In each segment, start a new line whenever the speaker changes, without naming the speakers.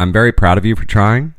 I'm very proud of you for trying.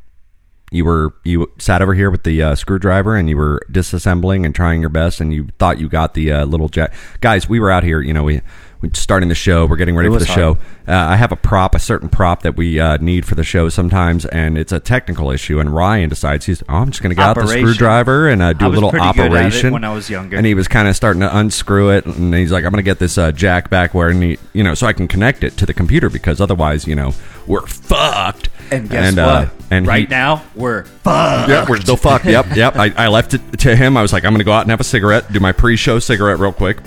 You were you sat over here with the uh, screwdriver and you were disassembling and trying your best and you thought you got the uh, little jack. Guys, we were out here. You know we we're starting the show. We're getting ready
It
for the
was
show. Uh, I have a prop, a certain prop that we uh, need for the show sometimes, and it's a technical issue. And Ryan decides he's oh, I'm just going to get out
Operation.
the screwdriver and uh, do
I
a
was
little
pretty good at it
operation.
when I was younger.
and he was kind of starting to unscrew it, and he's like, I'm going to get this uh, jack back where I need, you know, so I can connect it to the computer because otherwise, you know, we're fucked.
And guess
uh,
what?
and
right
he-
now we're fucked.
yeah, we're still fucked. Yep, yep. I, I left it to him. I was like, I'm going to go out and have a cigarette, do my pre-show cigarette real quick.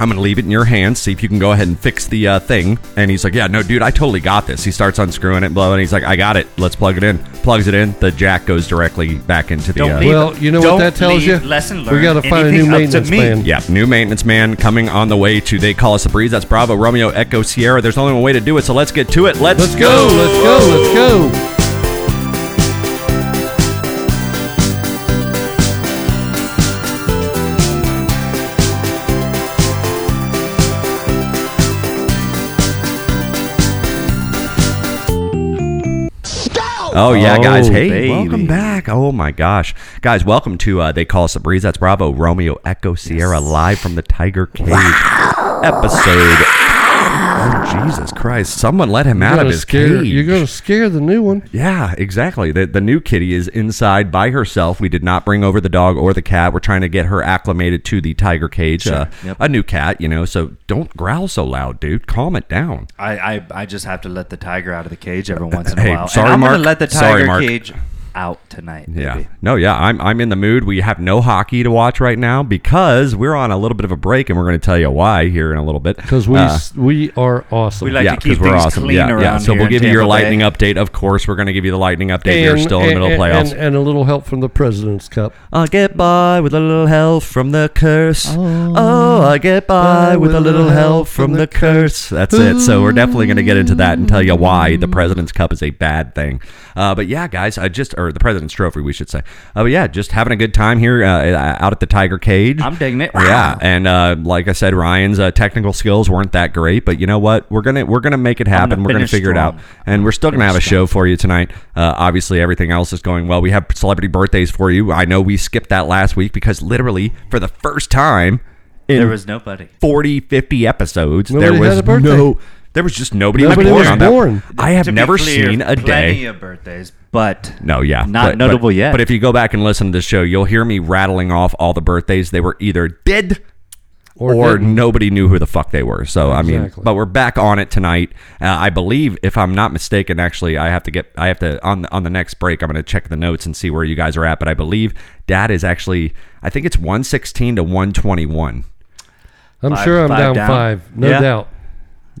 I'm going to leave it in your hands, see if you can go ahead and fix the uh, thing. And he's like, Yeah, no, dude, I totally got this. He starts unscrewing it, blowing. He's like, I got it. Let's plug it in. Plugs it in. The jack goes directly back into the.
Don't
uh,
leave-
Well, you know
Don't
what that tells you?
leave lesson
we got to
learned,
find a
anything
new
up to
maintenance
me.
man.
yeah, new maintenance man coming on the way to They Call Us a Breeze. That's Bravo, Romeo, Echo, Sierra. There's only one way to do it, so let's get to it. Let's,
Let's go, let's go, let's go.
Oh yeah,
Oh,
guys! Hey,
baby.
welcome back! Oh my gosh, guys! Welcome to uh, they call us a breeze. That's Bravo Romeo Echo Sierra live from the Tiger Cage episode. Oh Jesus Christ! Someone let him out of
Gonna
his
scare,
cage.
You're going to scare the new one.
Yeah, exactly. The, the new kitty is inside by herself. We did not bring over the dog or the cat. We're trying to get her acclimated to the tiger cage. Uh,
Yep.
A new cat, you know. So don't growl so loud, dude. Calm it down.
I, I I just have to let the tiger out of the cage every once in a
Hey,
while.
sorry,
and I'm
Mark.
gonna let the
Sorry,
tiger
Mark.
cage out tonight.
Yeah.
baby.
No, yeah, I'm I'm in the mood. We have no hockey to watch right now because we're on a little bit of a break and we're going to tell you why here in a little bit.
Because we,
Uh,
s we are awesome.
We like
yeah,
to keep
because we're
things
awesome.
clean
Yeah, yeah.
around
So
here
we'll
in
give you your
Tampa Bay.
lightning update. Of course, we're going to give you the lightning update. You're still in the middle of playoffs.
And, and a little help from the President's Cup.
I get by with a little help from the curse. Oh, I get by with a little help from the curse. Mm-hmm. That's it. So we're definitely going to get into that and tell you why the President's Cup is a bad thing. Uh, but yeah, guys, I just or the President's Trophy, we should say. Uh, but yeah, just having a good time here uh, out at the Tiger Cage.
I'm digging it.
Yeah, and uh, like I said, Ryan's uh, technical skills weren't that great, but you know what? We're gonna we're gonna make it happen.
gonna
we're gonna
finish
figure it out,
strong.
and we're still gonna have a show for you tonight. Uh, obviously, everything else is going well. We have celebrity birthdays for you. I know we skipped that last week because literally for the first time in
There was nobody.
40, 50 episodes,
Nobody
there
had
was
a birthday.
no. There was just nobody,
Nobody
was born.
was
on that-
born.
I have
To be
never
clear,
seen a day.
Plenty of birthdays, but
No, yeah.
not notable yet.
But if you go back and listen to the show, you'll hear me rattling off all the birthdays. They were either dead or,
Or didn't.
nobody knew who the fuck they were. So, I mean,
Exactly.
but we're back on it tonight. Uh, I believe, if I'm not mistaken, actually, I have to get, I have to, on, the- on the next break, I'm going to check the notes and see where you guys are at. But I believe dad is actually, I think it's 116 to 121.
I'm
Five-
sure I'm
five
down,
down.
five, no
Yeah.
doubt.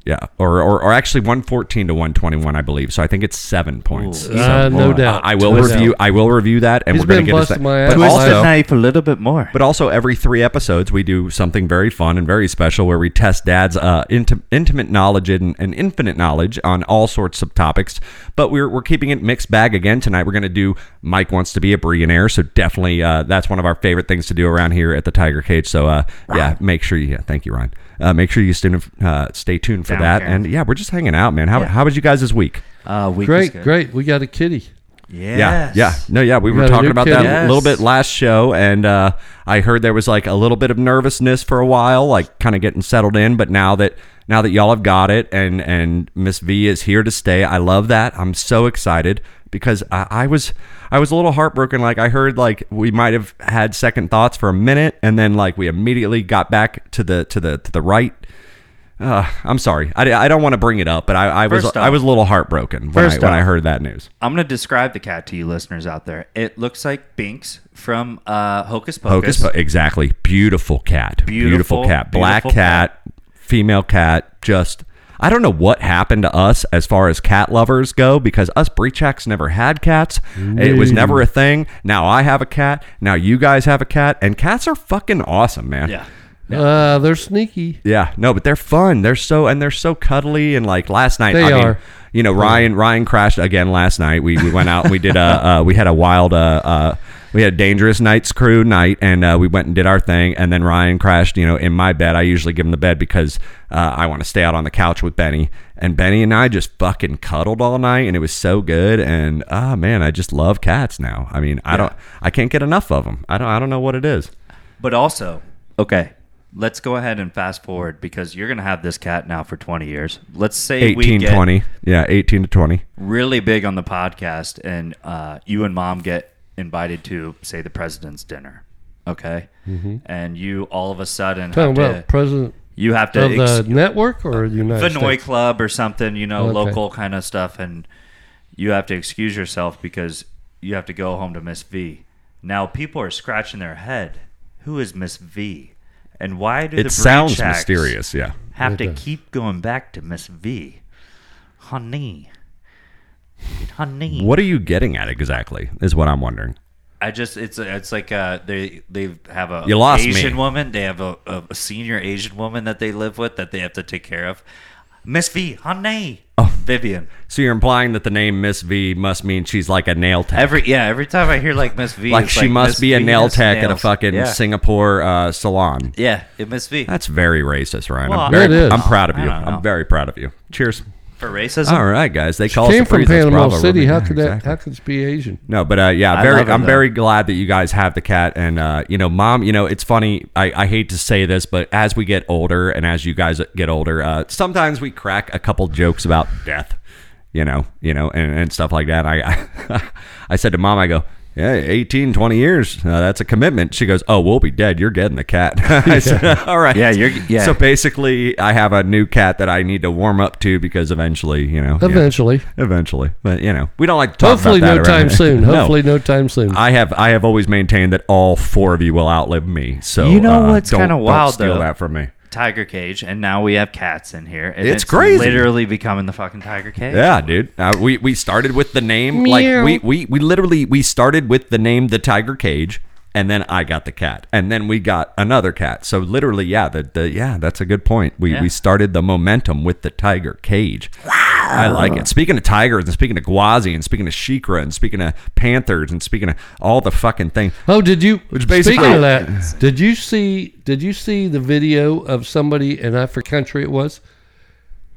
Yeah, or, or or actually 114 to 121, I believe. So I think it's seven points.
Ooh.
So,
Uh, no
uh,
doubt.
I, will
No
review.
doubt.
I will review that, and
He's
we're going
been
to get into that.
busting my
But
ass
Twist
also-
the knife a little bit more.
But also, every three episodes, we do something very fun and very special where we test dad's uh, inti- intimate knowledge and, and infinite knowledge on all sorts of topics. But we're, we're keeping it mixed bag again tonight. We're going to do Mike Wants to Be a Billionaire. So definitely, uh, that's one of our favorite things to do around here at the Tiger Cage. So, uh, yeah, make sure you, yeah, thank you, Ryan. Uh, make sure you stay, uh, stay tuned for
Down
that.
here.
And yeah, we're just hanging out, man. How, how was you guys this week?
uh, week is
Great,
good.
great. We got a kitty.
Yes.
Yeah, yeah, no, yeah. We
We
were
got a
talking
new
about
kid.
that a
Yes.
little bit last show, and uh, I heard there was like a little bit of nervousness for a while, like kind of getting settled in. But now that now that y'all have got it, and and Miss V is here to stay, I love that. I'm so excited because I, I was I was a little heartbroken. Like I heard like we might have had second thoughts for a minute, and then like we immediately got back to the to the to the right. Uh, I'm sorry. I, I don't want to bring it up, but I, I was
First off-
I was a little heartbroken when, I,
First
when I
off-
heard that news.
I'm going to describe the cat to you listeners out there. It looks like Binks from uh, Hocus Pocus.
Hocus Po- exactly. Beautiful cat. Beautiful,
Beautiful,
cat. Black
beautiful
cat, female cat. Just I don't know what happened to us as far as cat lovers go because us Brechaks never had cats. It was never a thing. Now I have a cat. Now you guys have a cat, and cats are fucking awesome, man.
Yeah.
Uh, they're sneaky.
Yeah, no, but they're fun. They're so and they're so cuddly and like last night.
They
I Mean,
are.
you know, Ryan Ryan crashed again last night. We, we went out. and We did a uh, we had a wild uh, uh we had a dangerous nights crew night, and uh, we went and did our thing. And then Ryan crashed. You know, in my bed. I usually give him the bed because uh, I want to stay out on the couch with Benny. and Benny and I just fucking cuddled all night, and it was so good. And ah, man, I just love cats now. I mean, I don't, I can't get enough of them. I don't, I don't know what it is.
But also, okay, let's go ahead and fast forward because you're gonna have this cat now for 20 years. Let's say we
Eighteen,
get
twenty, yeah, eighteen to twenty.
really big on the podcast, and uh, you and mom get invited to say the president's dinner, okay? And you all of a sudden
Talking
have
about
to,
president
you have to
of the
ex-
network or the United
Vinoy
States?
Club or something, you know,
Okay.
local kind of stuff, and you have to excuse yourself because you have to go home to Miss V. Now people are scratching their head. Who is Miss V? And why do the
It sounds
Brechaks
mysterious, yeah.
have
It
to
does.
keep going back to Miss V? Honey. Honey.
What are you getting at exactly? Is what I'm wondering.
I just it's it's like uh they they have a
You lost me.
Asian woman. They have a, a, a senior Asian woman that they live with that they have to take care of. Miss V, honey, oh. Vivian.
So you're implying that the name Miss V must mean she's like a nail tech.
Every yeah, every time I hear like Miss V,
like
it's
she
Miss
must be a
V
nail
has
tech at a
nails.
fucking
yeah.
Singapore uh, salon.
Yeah, it Miss V
That's very racist, Ryan.
Well,
I'm, very,
It is.
I'm proud of
I
you.
don't know.
I'm very proud of you. Cheers.
for racism.
All right, guys. They call
Came
us the
from
Freezes.
Panama
Bravo,
City.
Ruben.
How
Yeah,
could that?
exactly.
How could this be Asian?
No, but uh, yeah,
I
very.
love it,
I'm
though.
very glad that you guys have the cat, and uh, you know, mom. You know, it's funny. I, I hate to say this, but as we get older, and as you guys get older, uh, sometimes we crack a couple jokes about death. You know, you know, and, and stuff like that. I, I I said to mom, I go. Yeah, 18, 20 years. Uh, that's a commitment. She goes, Oh, we'll be dead. You're getting the cat. I said, All right.
Yeah, you're- yeah.
So basically, I have a new cat that I need to warm up to because eventually, you know. yeah,
Eventually.
eventually. But, you know, we don't like to talk
Hopefully,
about that
no
around
time
here.
soon.
No.
Hopefully, no time soon.
I have I have always maintained that all four of you will outlive me. So
You know
uh,
what's
don't-
kinda
don't
wild,
Steal
though?
that from me.
Tiger cage, and now we have cats in here. and
It's crazy.
Literally becoming the fucking tiger cage.
Yeah, dude. Uh, we we started with the name like
Meow.
we, we we literally we started with the name the Tiger Cage, and then I got the cat, and then we got another cat. So literally, yeah, the, the yeah, that's a good point. We
Yeah.
we started the momentum with the Tiger Cage. I like it. Speaking of tigers, and speaking of Guazi, and speaking of Shikra, and speaking of panthers, and speaking of all the fucking things.
Oh, did you? Which
basically-
speaking of that, did you see? Did you see the video of somebody in Africa country? It was.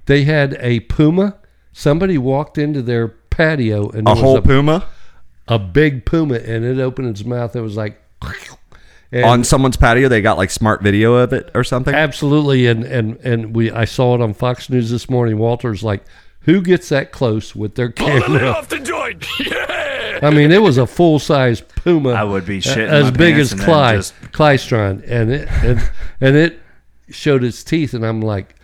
They had a puma. Somebody walked into their patio and
A
there was
whole puma
a big puma, and it opened its mouth. It was like, and
on someone's patio. They got like smart video of it or something.
absolutely, and and and we. I saw it on Fox News this morning. Walter's like, who gets that close with their camera?
the joint.
I mean, it was a full size puma. uh,
I would be shitting
as
my
big
pants
as
and then
Clyde,
just-
Clystron, and it and, and it showed its teeth, and I'm like,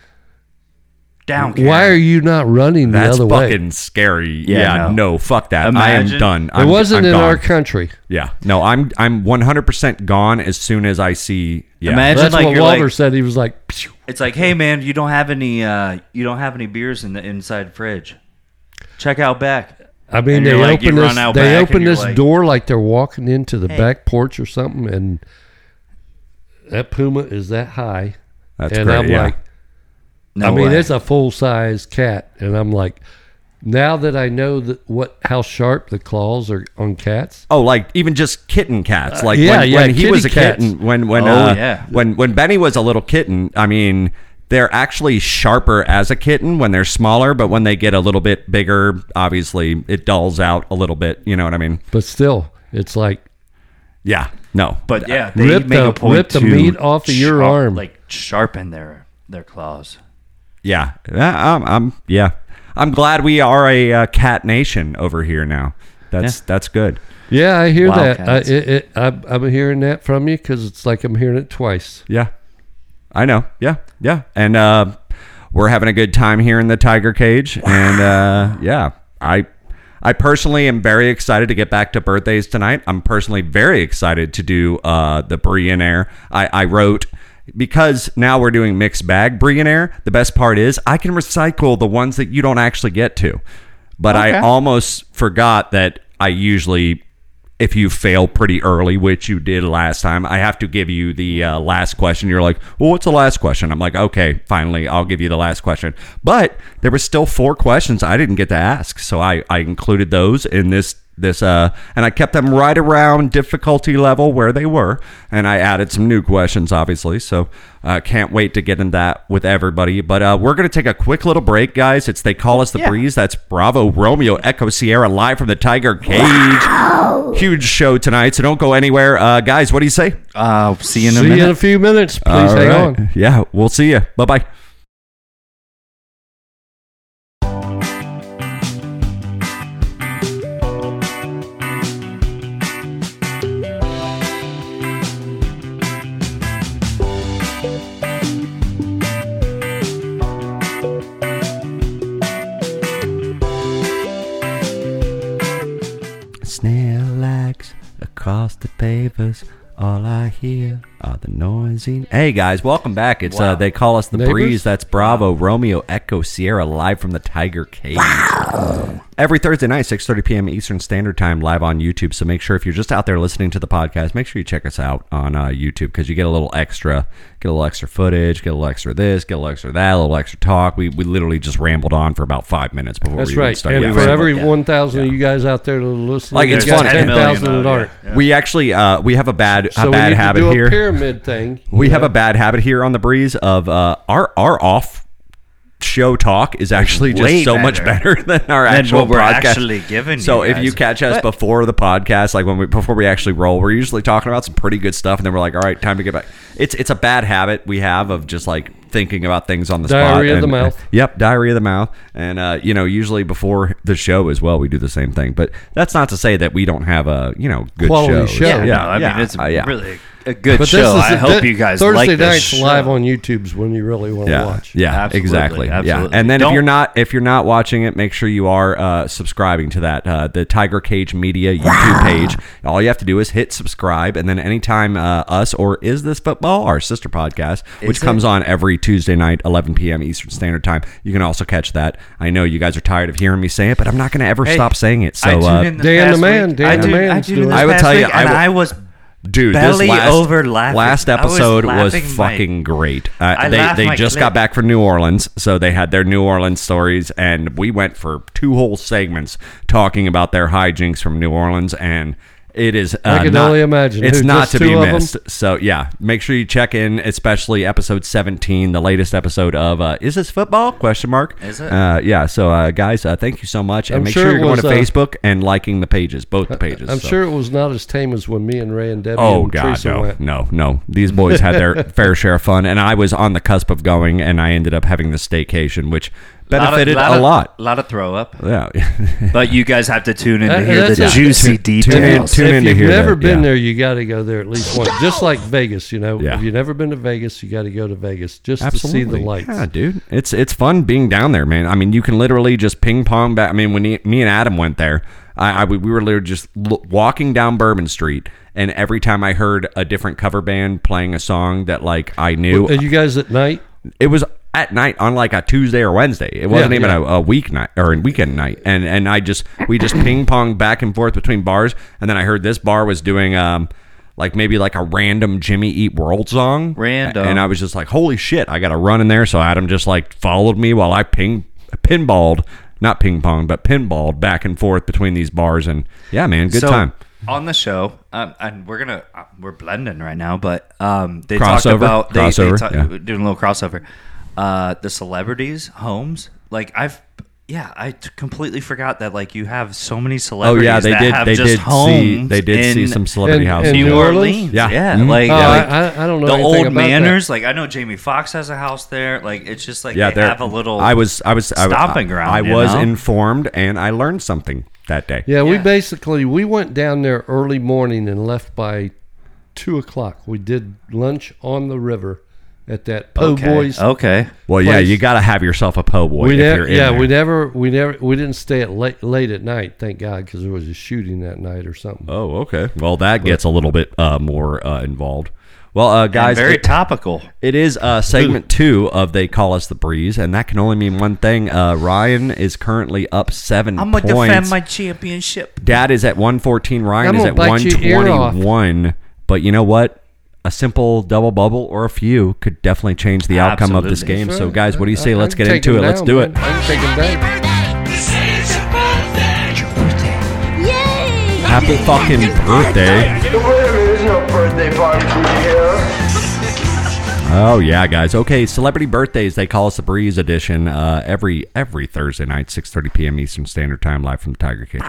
Down.
why
Karen.
are you not running the
That's
other
fucking
way?
scary.
Yeah,
Yeah,
no.
no. fuck that. I
Imagine-
am done.
It
I'm,
wasn't
I'm
in
gone.
our country.
Yeah, no, I'm I'm 100 percent gone as soon as I see. Yeah,
Imagine
That's
like
what
you're
Walter
like,
said. He was like, "Phew."
It's like, hey man, you don't have any uh, you don't have any beers in the inside fridge. Check out back.
I mean,
And
they
you're like, you
opened
run
this,
out
they
back and
opened
you're
this
like-
door like they're walking into the back porch or something, and that puma is that high,
that's
and
great.
I'm
yeah.
like,
No
I mean,
way.
it's a full size cat, and I'm like, now that I know that what how sharp the claws are on cats,
Oh, like even just kitten cats. Like
Uh, yeah,
when,
yeah,
when he
kitty
was a
cats.
kitten, when when
Oh,
uh,
yeah.
when when Benny was a little kitten. I mean, they're actually sharper as a kitten when they're smaller, but when they get a little bit bigger, obviously it dulls out a little bit. You know what I mean?
but still, it's like
Yeah. No,
But yeah, they
Rip
make
the-
a point
rip the
to
meat off of your
sharp-
arm.
like sharpen their their claws.
Yeah, Yeah, I'm, I'm yeah. I'm glad we are a uh, cat nation over here now. That's that's good.
Yeah, I hear that. I,
Wildcats.
it, it, I'm, I'm hearing that from you because it's like I'm hearing it twice.
Yeah, I know. Yeah, yeah. And uh, we're having a good time here in the tiger cage. And uh, yeah, I I personally am very excited to get back to birthdays tonight. I'm personally very excited to do uh, the Brionaire. I, I wrote. Because now we're doing mixed bag Brionaire, the best part is I can recycle the ones that you don't actually get to. But I almost forgot that I usually if you fail pretty early, which you did last time, I have to give you the uh, last question. You're like, well, what's the last question? I'm like, okay, finally, I'll give you the last question. But there were still four questions I didn't get to ask. So I, I included those in this this uh and I kept them right around difficulty level where they were and I added some new questions obviously so uh, can't wait to get in that with everybody but uh, we're gonna take a quick little break guys it's they call us the
Yeah.
breeze that's Bravo Romeo Echo Sierra live from the Tiger Cage huge show tonight so don't go anywhere uh, guys what do you say
Uh, see you in a
See you in a
minute.
few minutes. Please
All
hang
right.
on.
yeah we'll see you bye bye. Snail lags across the pavers. All I hear are the noisy. Hey guys, welcome back. It's uh,
Wow.
they call us the
Neighbors?
breeze. That's Bravo Romeo Echo Sierra live from the Tiger Cage. Every Thursday night, six thirty p.m. Eastern Standard Time, live on YouTube. So make sure if you're just out there listening to the podcast, make sure you check us out on uh, YouTube because you get a little extra, get a little extra footage, get a little extra this, get a little extra that, a little extra talk. We we literally just rambled on for about five minutes before
That's
we even
right.
started.
And
Yeah.
for
Right.
every
Yeah.
1,000 of you guys out there that are listening,
Like,
you
it's
got
funny.
10,000
though,
that aren't.
yeah, yeah.
We actually uh, we have a bad
So
a
we
bad
need
habit
to do
here.
a pyramid thing.
We have a bad habit here on the breeze of uh, our our off show talk is actually just
Way
so much
better.
better than our
Than
actual
what we're
podcast.
actually giving
so
you
if you
guys.
catch us before the podcast, like when we before we actually roll, we're usually talking about some pretty good stuff, and then we're like, all right, time to get back. It's it's a bad habit we have of just like thinking about things on the spot.
Diarrhea of the
and- uh,
mouth.
Yep, diarrhea of the mouth, and uh, you know, usually before the show as well, we do the same thing. But that's not to say that we don't have a you know good
Quality
shows.
show. Yeah,
no, I
yeah,
mean, it's
uh, yeah.
really a good
But
show.
this is
I
a-
hope
thi-
you guys
Thursday
like this
nights
show.
live on YouTube's when you really want to
yeah,
watch.
Yeah,
Absolutely,
exactly.
absolutely.
Yeah, and then if
Don't-
you're not if you're not watching it, make sure you are uh, subscribing to that uh, the Tiger Cage Media YouTube page. All you have to do is hit subscribe, and then anytime uh, us or is this football our sister podcast, which
Is it?
comes on every Tuesday night, 11 p.m. Eastern Standard Time, you can also catch that. I know you guys are tired of hearing me say it, but I'm not going to ever
Hey,
stop saying it. So,
I tuned
uh,
in this
Dan the
past
man,
week.
Dan
I
the
tuned- I
man's
tuned in
doing
this
it. I would
past
tell you,
week,
I
and
will-
I was
dude, this
belly
last,
over laughing.
last
I was
episode was,
laughing my-
fucking great. Uh,
I
they
laughed
they
my
just
clit.
got back from New Orleans, so they had their New Orleans stories, and we went for two whole segments talking about their hijinks from New Orleans, and it is. Uh,
I can
not,
only imagine.
It's
Who,
not
just
to
two
be
of 'em?
missed. So yeah, make sure you check in, especially episode seventeen, the latest episode of uh, "Is This Football?" Question mark.
Is it?
Uh, yeah. So uh, guys, uh, thank you so much, and
I'm
make
sure
sure, you're
it
going
was,
to
uh,
Facebook and liking the pages, both the pages.
I'm
so.
sure it was not as tame as when me and Ray and Debbie
Oh
and
God,
Teresa
no,
went.
no, no! These boys had their fair share of fun, and I was on the cusp of going, and I ended up having the staycation, which benefited a lot. Uh,
A lot of throw up.
Yeah,
But you guys have to tune in
Uh,
to hear
that's
the
it.
Tune-
juicy
tune in-
details.
tune-
if
in to
you've
hear
never
that,
been
yeah.
there, you got to go there at least once. Just like Vegas, you know.
Yeah.
If you've never been to Vegas, you got to go to Vegas just
absolutely.
to see the lights.
Yeah, dude, it's it's fun being down there, man. I mean, you can literally just ping pong back. I mean, when he, me and Adam went there, I, I we were literally just l- walking down Bourbon Street, and every time I heard a different cover band playing a song that like I knew,
Are you guys at night?
it was at night on like a Tuesday or Wednesday. It wasn't
Yeah,
even
yeah.
A, a weeknight or a weekend night. And and I just we just ping pong back and forth between bars. And then I heard this bar was doing um like maybe like a random Jimmy Eat World song.
Random.
And I was just like, holy shit, I got to run in there. So Adam just like followed me while I ping pinballed, not ping pong, but pinballed back and forth between these bars. And yeah, man, good
so,
time.
On the show, um, and we're gonna uh, we're blending right now, but um, they talked
Crossover,
about they, they
crossover,
talk,
yeah.
doing a little crossover. Uh, the celebrities' homes, like I've yeah, I t- completely forgot that like you have so many
Oh
celebrities.
yeah, they
that
did.
have
They
just
did see.
homes
They did see
in
some celebrity
in-
houses.
in
New
New Orleans?
Orleans.
Yeah.
yeah,
Mhm.
like,
Oh,
like
I- I- I don't know
the
anything
old
about that.
manors. Like I know Jamie Foxx has a house there. Like it's just like
yeah,
they
there-
have a little.
I was, I was, I was-
stomping ground,
I
you
was
know?
informed, and I learned something that day.
Yeah, we
Yeah.
basically we went down there early morning and left by two o'clock. We did lunch on the river at that Po
okay.
Boys.
Okay,
Well, yeah,
Place.
you got to have yourself a po' boy
We
if
never,
you're in
yeah,
there.
we never, we never, we didn't stay at late, late at night. Thank God, because there was a shooting that night or something.
oh, okay. Well, that gets a little bit uh, more uh, involved. Well, uh, guys,
guys, very
it-
topical.
it is uh, segment two of "They Call Us the Breeze," and that can only mean one thing. Uh, Ryan is currently up 7
I'm gonna
points.
defend my championship.
Dad is at one fourteen. Ryan
I'm
is
gonna
at one
bite your ear off.
twenty one. But you know what? A simple double bubble or a few could definitely change the outcome of this
Absolutely.
game.
Sure.
So, guys, what do you
I-
say?
I
Let's
can
get
take
into it.
them
Let's
down,
do
man.
it.
I can take them down.
This is your birthday. Your birthday. Yay!
Happy fucking birthday.
There is no birthday party here.
Oh yeah, guys. Okay, celebrity birthdays. They call us the Breeze edition uh, every every Thursday night, six thirty p.m. Eastern Standard Time, live from the Tiger King.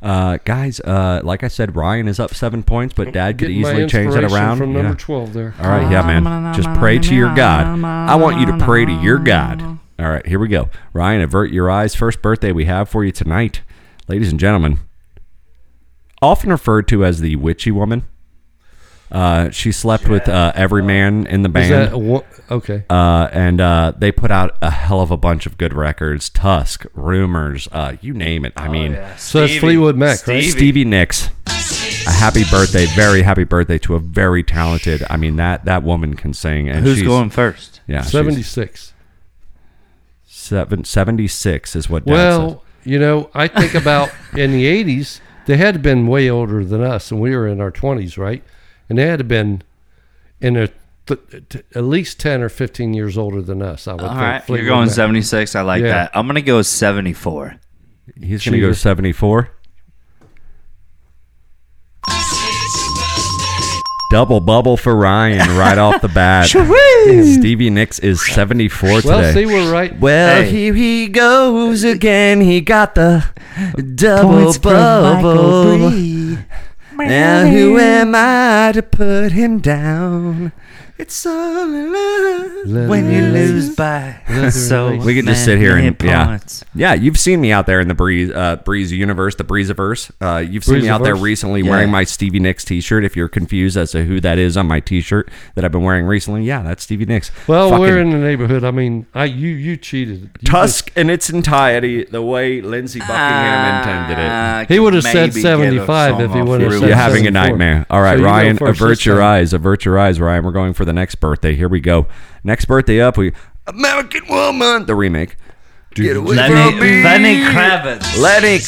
Uh, guys, uh, like I said, Ryan is up seven points, but Dad could
Getting my
easily change that
inspiration
around.
from
Yeah.
number twelve there.
All right, yeah, man. Just pray to your God. I want you to pray to your God. All right, here we go. Ryan, avert your eyes. First birthday we have for you tonight, ladies and gentlemen. Often referred to as the witchy woman, uh, she slept with uh, every man in the
Is that
band,
a wo- okay?
uh, and uh, they put out a hell of a bunch of good records. Tusk, Rumors, uh, you name it. I mean,
So that's Fleetwood Mac, right?
Stevie.
Stevie Nicks. A happy birthday, very happy birthday to a very talented. I mean that that woman can sing. And
Who's
she's,
going first?
Yeah, she's
Seventy-six.
seven- 76 is what. Dad says.
Well, you know, I think about in the eighties, they had been way older than us, and we were in our twenties, right? And they had been in their th- t- at least ten or fifteen years older than us. I would
All
think.
right, you're
Fleetwood
going
Mac.
76. I like
Yeah.
that. I'm gonna go 74.
he's going to go
cheater.
seventy four. Double bubble for Ryan right off the bat. Stevie Nicks is seventy four today.
Well, see, we're right.
Well,
Hey.
here he goes again. He got the double
Points from Michael
bubble.
Bree.
Now who am I to put him down? It's all in love.
When you lose by so
We could just sit here
many
and yeah,
points.
yeah. You've seen me out there in the breeze, uh, breeze universe, the breezeverse. Uh, you've seen me out there
Breezeverse?
recently
Yeah.
wearing my Stevie Nicks T-shirt. If you're confused as to who that is on my T-shirt that I've been wearing recently, yeah, that's Stevie Nicks.
Well,
Fucking
we're in the neighborhood. I mean, I you you cheated. You
Tusk in its entirety, the way Lindsey Buckingham
Ah.
intended it.
I
He
could
would've said
maybe get a
75 if
song
he
off
would've
Ruin.
said
You're
Seven,
having a
seven, four.
nightmare. All right,
So you go
Ryan,
first
avert
this
your
time.
eyes. Avert your eyes, Ryan. We're going for the next birthday. Here we go. Next birthday up, we American Woman, the remake. Get away from
Lenny,
me.
Lenny Kravitz.
Lenny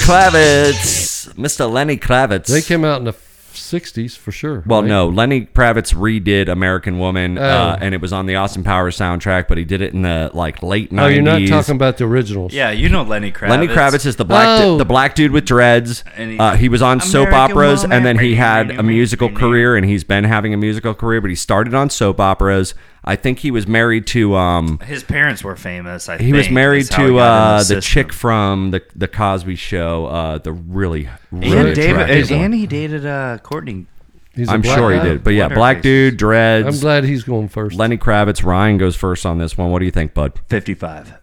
Kravitz. Mr. Lenny Kravitz.
They came out in the f- '60s for sure.
well,
right?
no, Lenny Kravitz redid American Woman, uh,
Oh.
and it was on the Austin Powers soundtrack, but he did it in the like late 90s.
Oh, you're not talking about the originals.
Yeah, you know Lenny Kravitz.
Lenny Kravitz is the black du-
Oh.
the black dude with dreads.
And he-
uh, he was on soap
American
operas,
woman.
and then he had
Bring
a
me,
musical
bring me.
career, and he's been having a musical career. But he started on soap operas. I think he was married to um,
His parents were famous. I
he was
think,
married
is how he
to
got in
uh, the
system.
chick from the the Cosby Show, uh, the really really
And David,
attractive
and,
one.
and he dated uh, Courtney.
He's a
I'm
black
sure he
guy.
did. But yeah,
Wonder
black
if he's-
dude,
I'm
dreads.
glad he's going first.
Lenny Kravitz. Ryan goes first on this one. What do you think, bud?
55.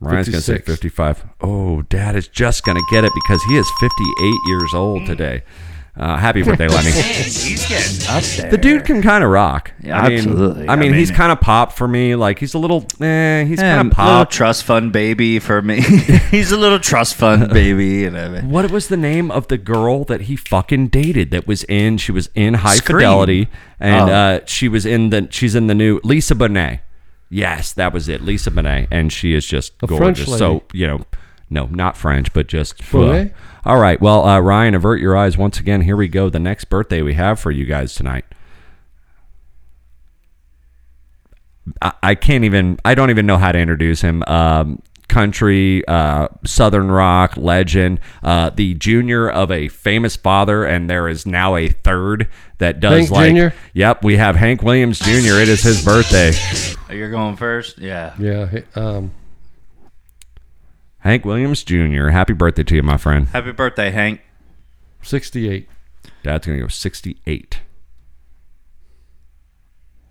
Ryan's going to say
56.
55. Oh, dad is just going to get it because he is 58 years old today. Uh, happy birthday, Lenny.
He's getting up there.
The dude can kind of rock.
Yeah,
I mean,
absolutely.
I mean,
I mean-
he's kind of pop for me. Like, he's a little, eh, he's
Yeah,
kind of
little
pop.
trust fund baby for me. He's a little trust fund baby, and I mean,
What was the name of the girl that he fucking dated that was in, she was in High
Scream.
Fidelity and
Oh.
uh, she was in the, she's in the new Lisa Bonet. Yes, that was it. Lisa Bonet. And she is just
A
gorgeous.
French lady.
So, you know, no, not French, but just.
Bonet?
All right. Well, uh, Ryan, avert your eyes once again. Here we go. The next birthday we have for you guys tonight. I, I can't even. I don't even know how to introduce him. Um, country, uh, southern rock legend, uh, the junior of a famous father, and there is now a third that does
Hank
like.
Jr.?
Yep, we have Hank Williams Jr. It is his birthday.
you're going first. Yeah,
Yeah. he- Um,
Hank Williams Jr. Happy birthday to you, my friend.
happy birthday, Hank.
68.
Dad's gonna go sixty-eight.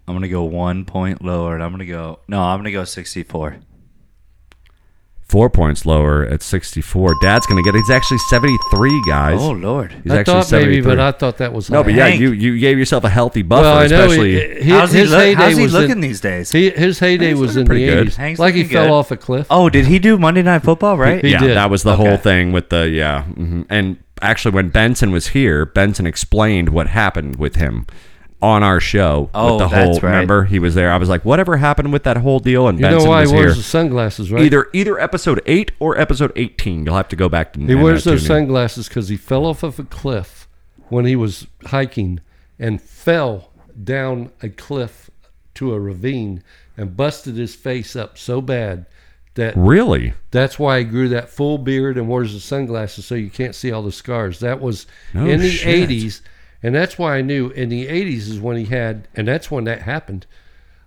I'm gonna go one point lower, and I'm gonna go no, I'm gonna go 64.
four points lower at 64. Dad's going to get He's actually 73, guys.
Oh Lord,
he's
I
actually
thought maybe,
73.
but I thought that was
no, but
high.
yeah,
Hank.
you, you gave yourself a healthy buffer, especially.
he-
how's he,
his
look,
heyday
how's he
was
looking
in,
these days?
he, his heyday
Hank's
was
looking
in the
pretty good.
80s.
Hank's
like he
looking
fell
good.
off a cliff.
oh, did he do Monday Night Football? Right?
he
yeah,
did.
that was the
Okay.
whole thing with the, yeah. hmm And actually, when Benson was here, Benson explained what happened with him on our show.
Oh,
with the
that's
whole,
right.
Remember, he was there. I was like, whatever happened with that whole deal? And
you know
Benson
why
was
he
here.
wears the sunglasses, right?
Either either episode 8 or episode 18. You'll have to go back and
he
and, uh,
wears those
tune in.
sunglasses because he fell off of a cliff when he was hiking and fell down a cliff to a ravine and busted his face up so bad That
Really?
that's why he grew that full beard and wears the sunglasses so you can't see all the scars. That was
No
in the
shit.
80s. And that's why I knew in the 80s is when he had, and that's when that happened.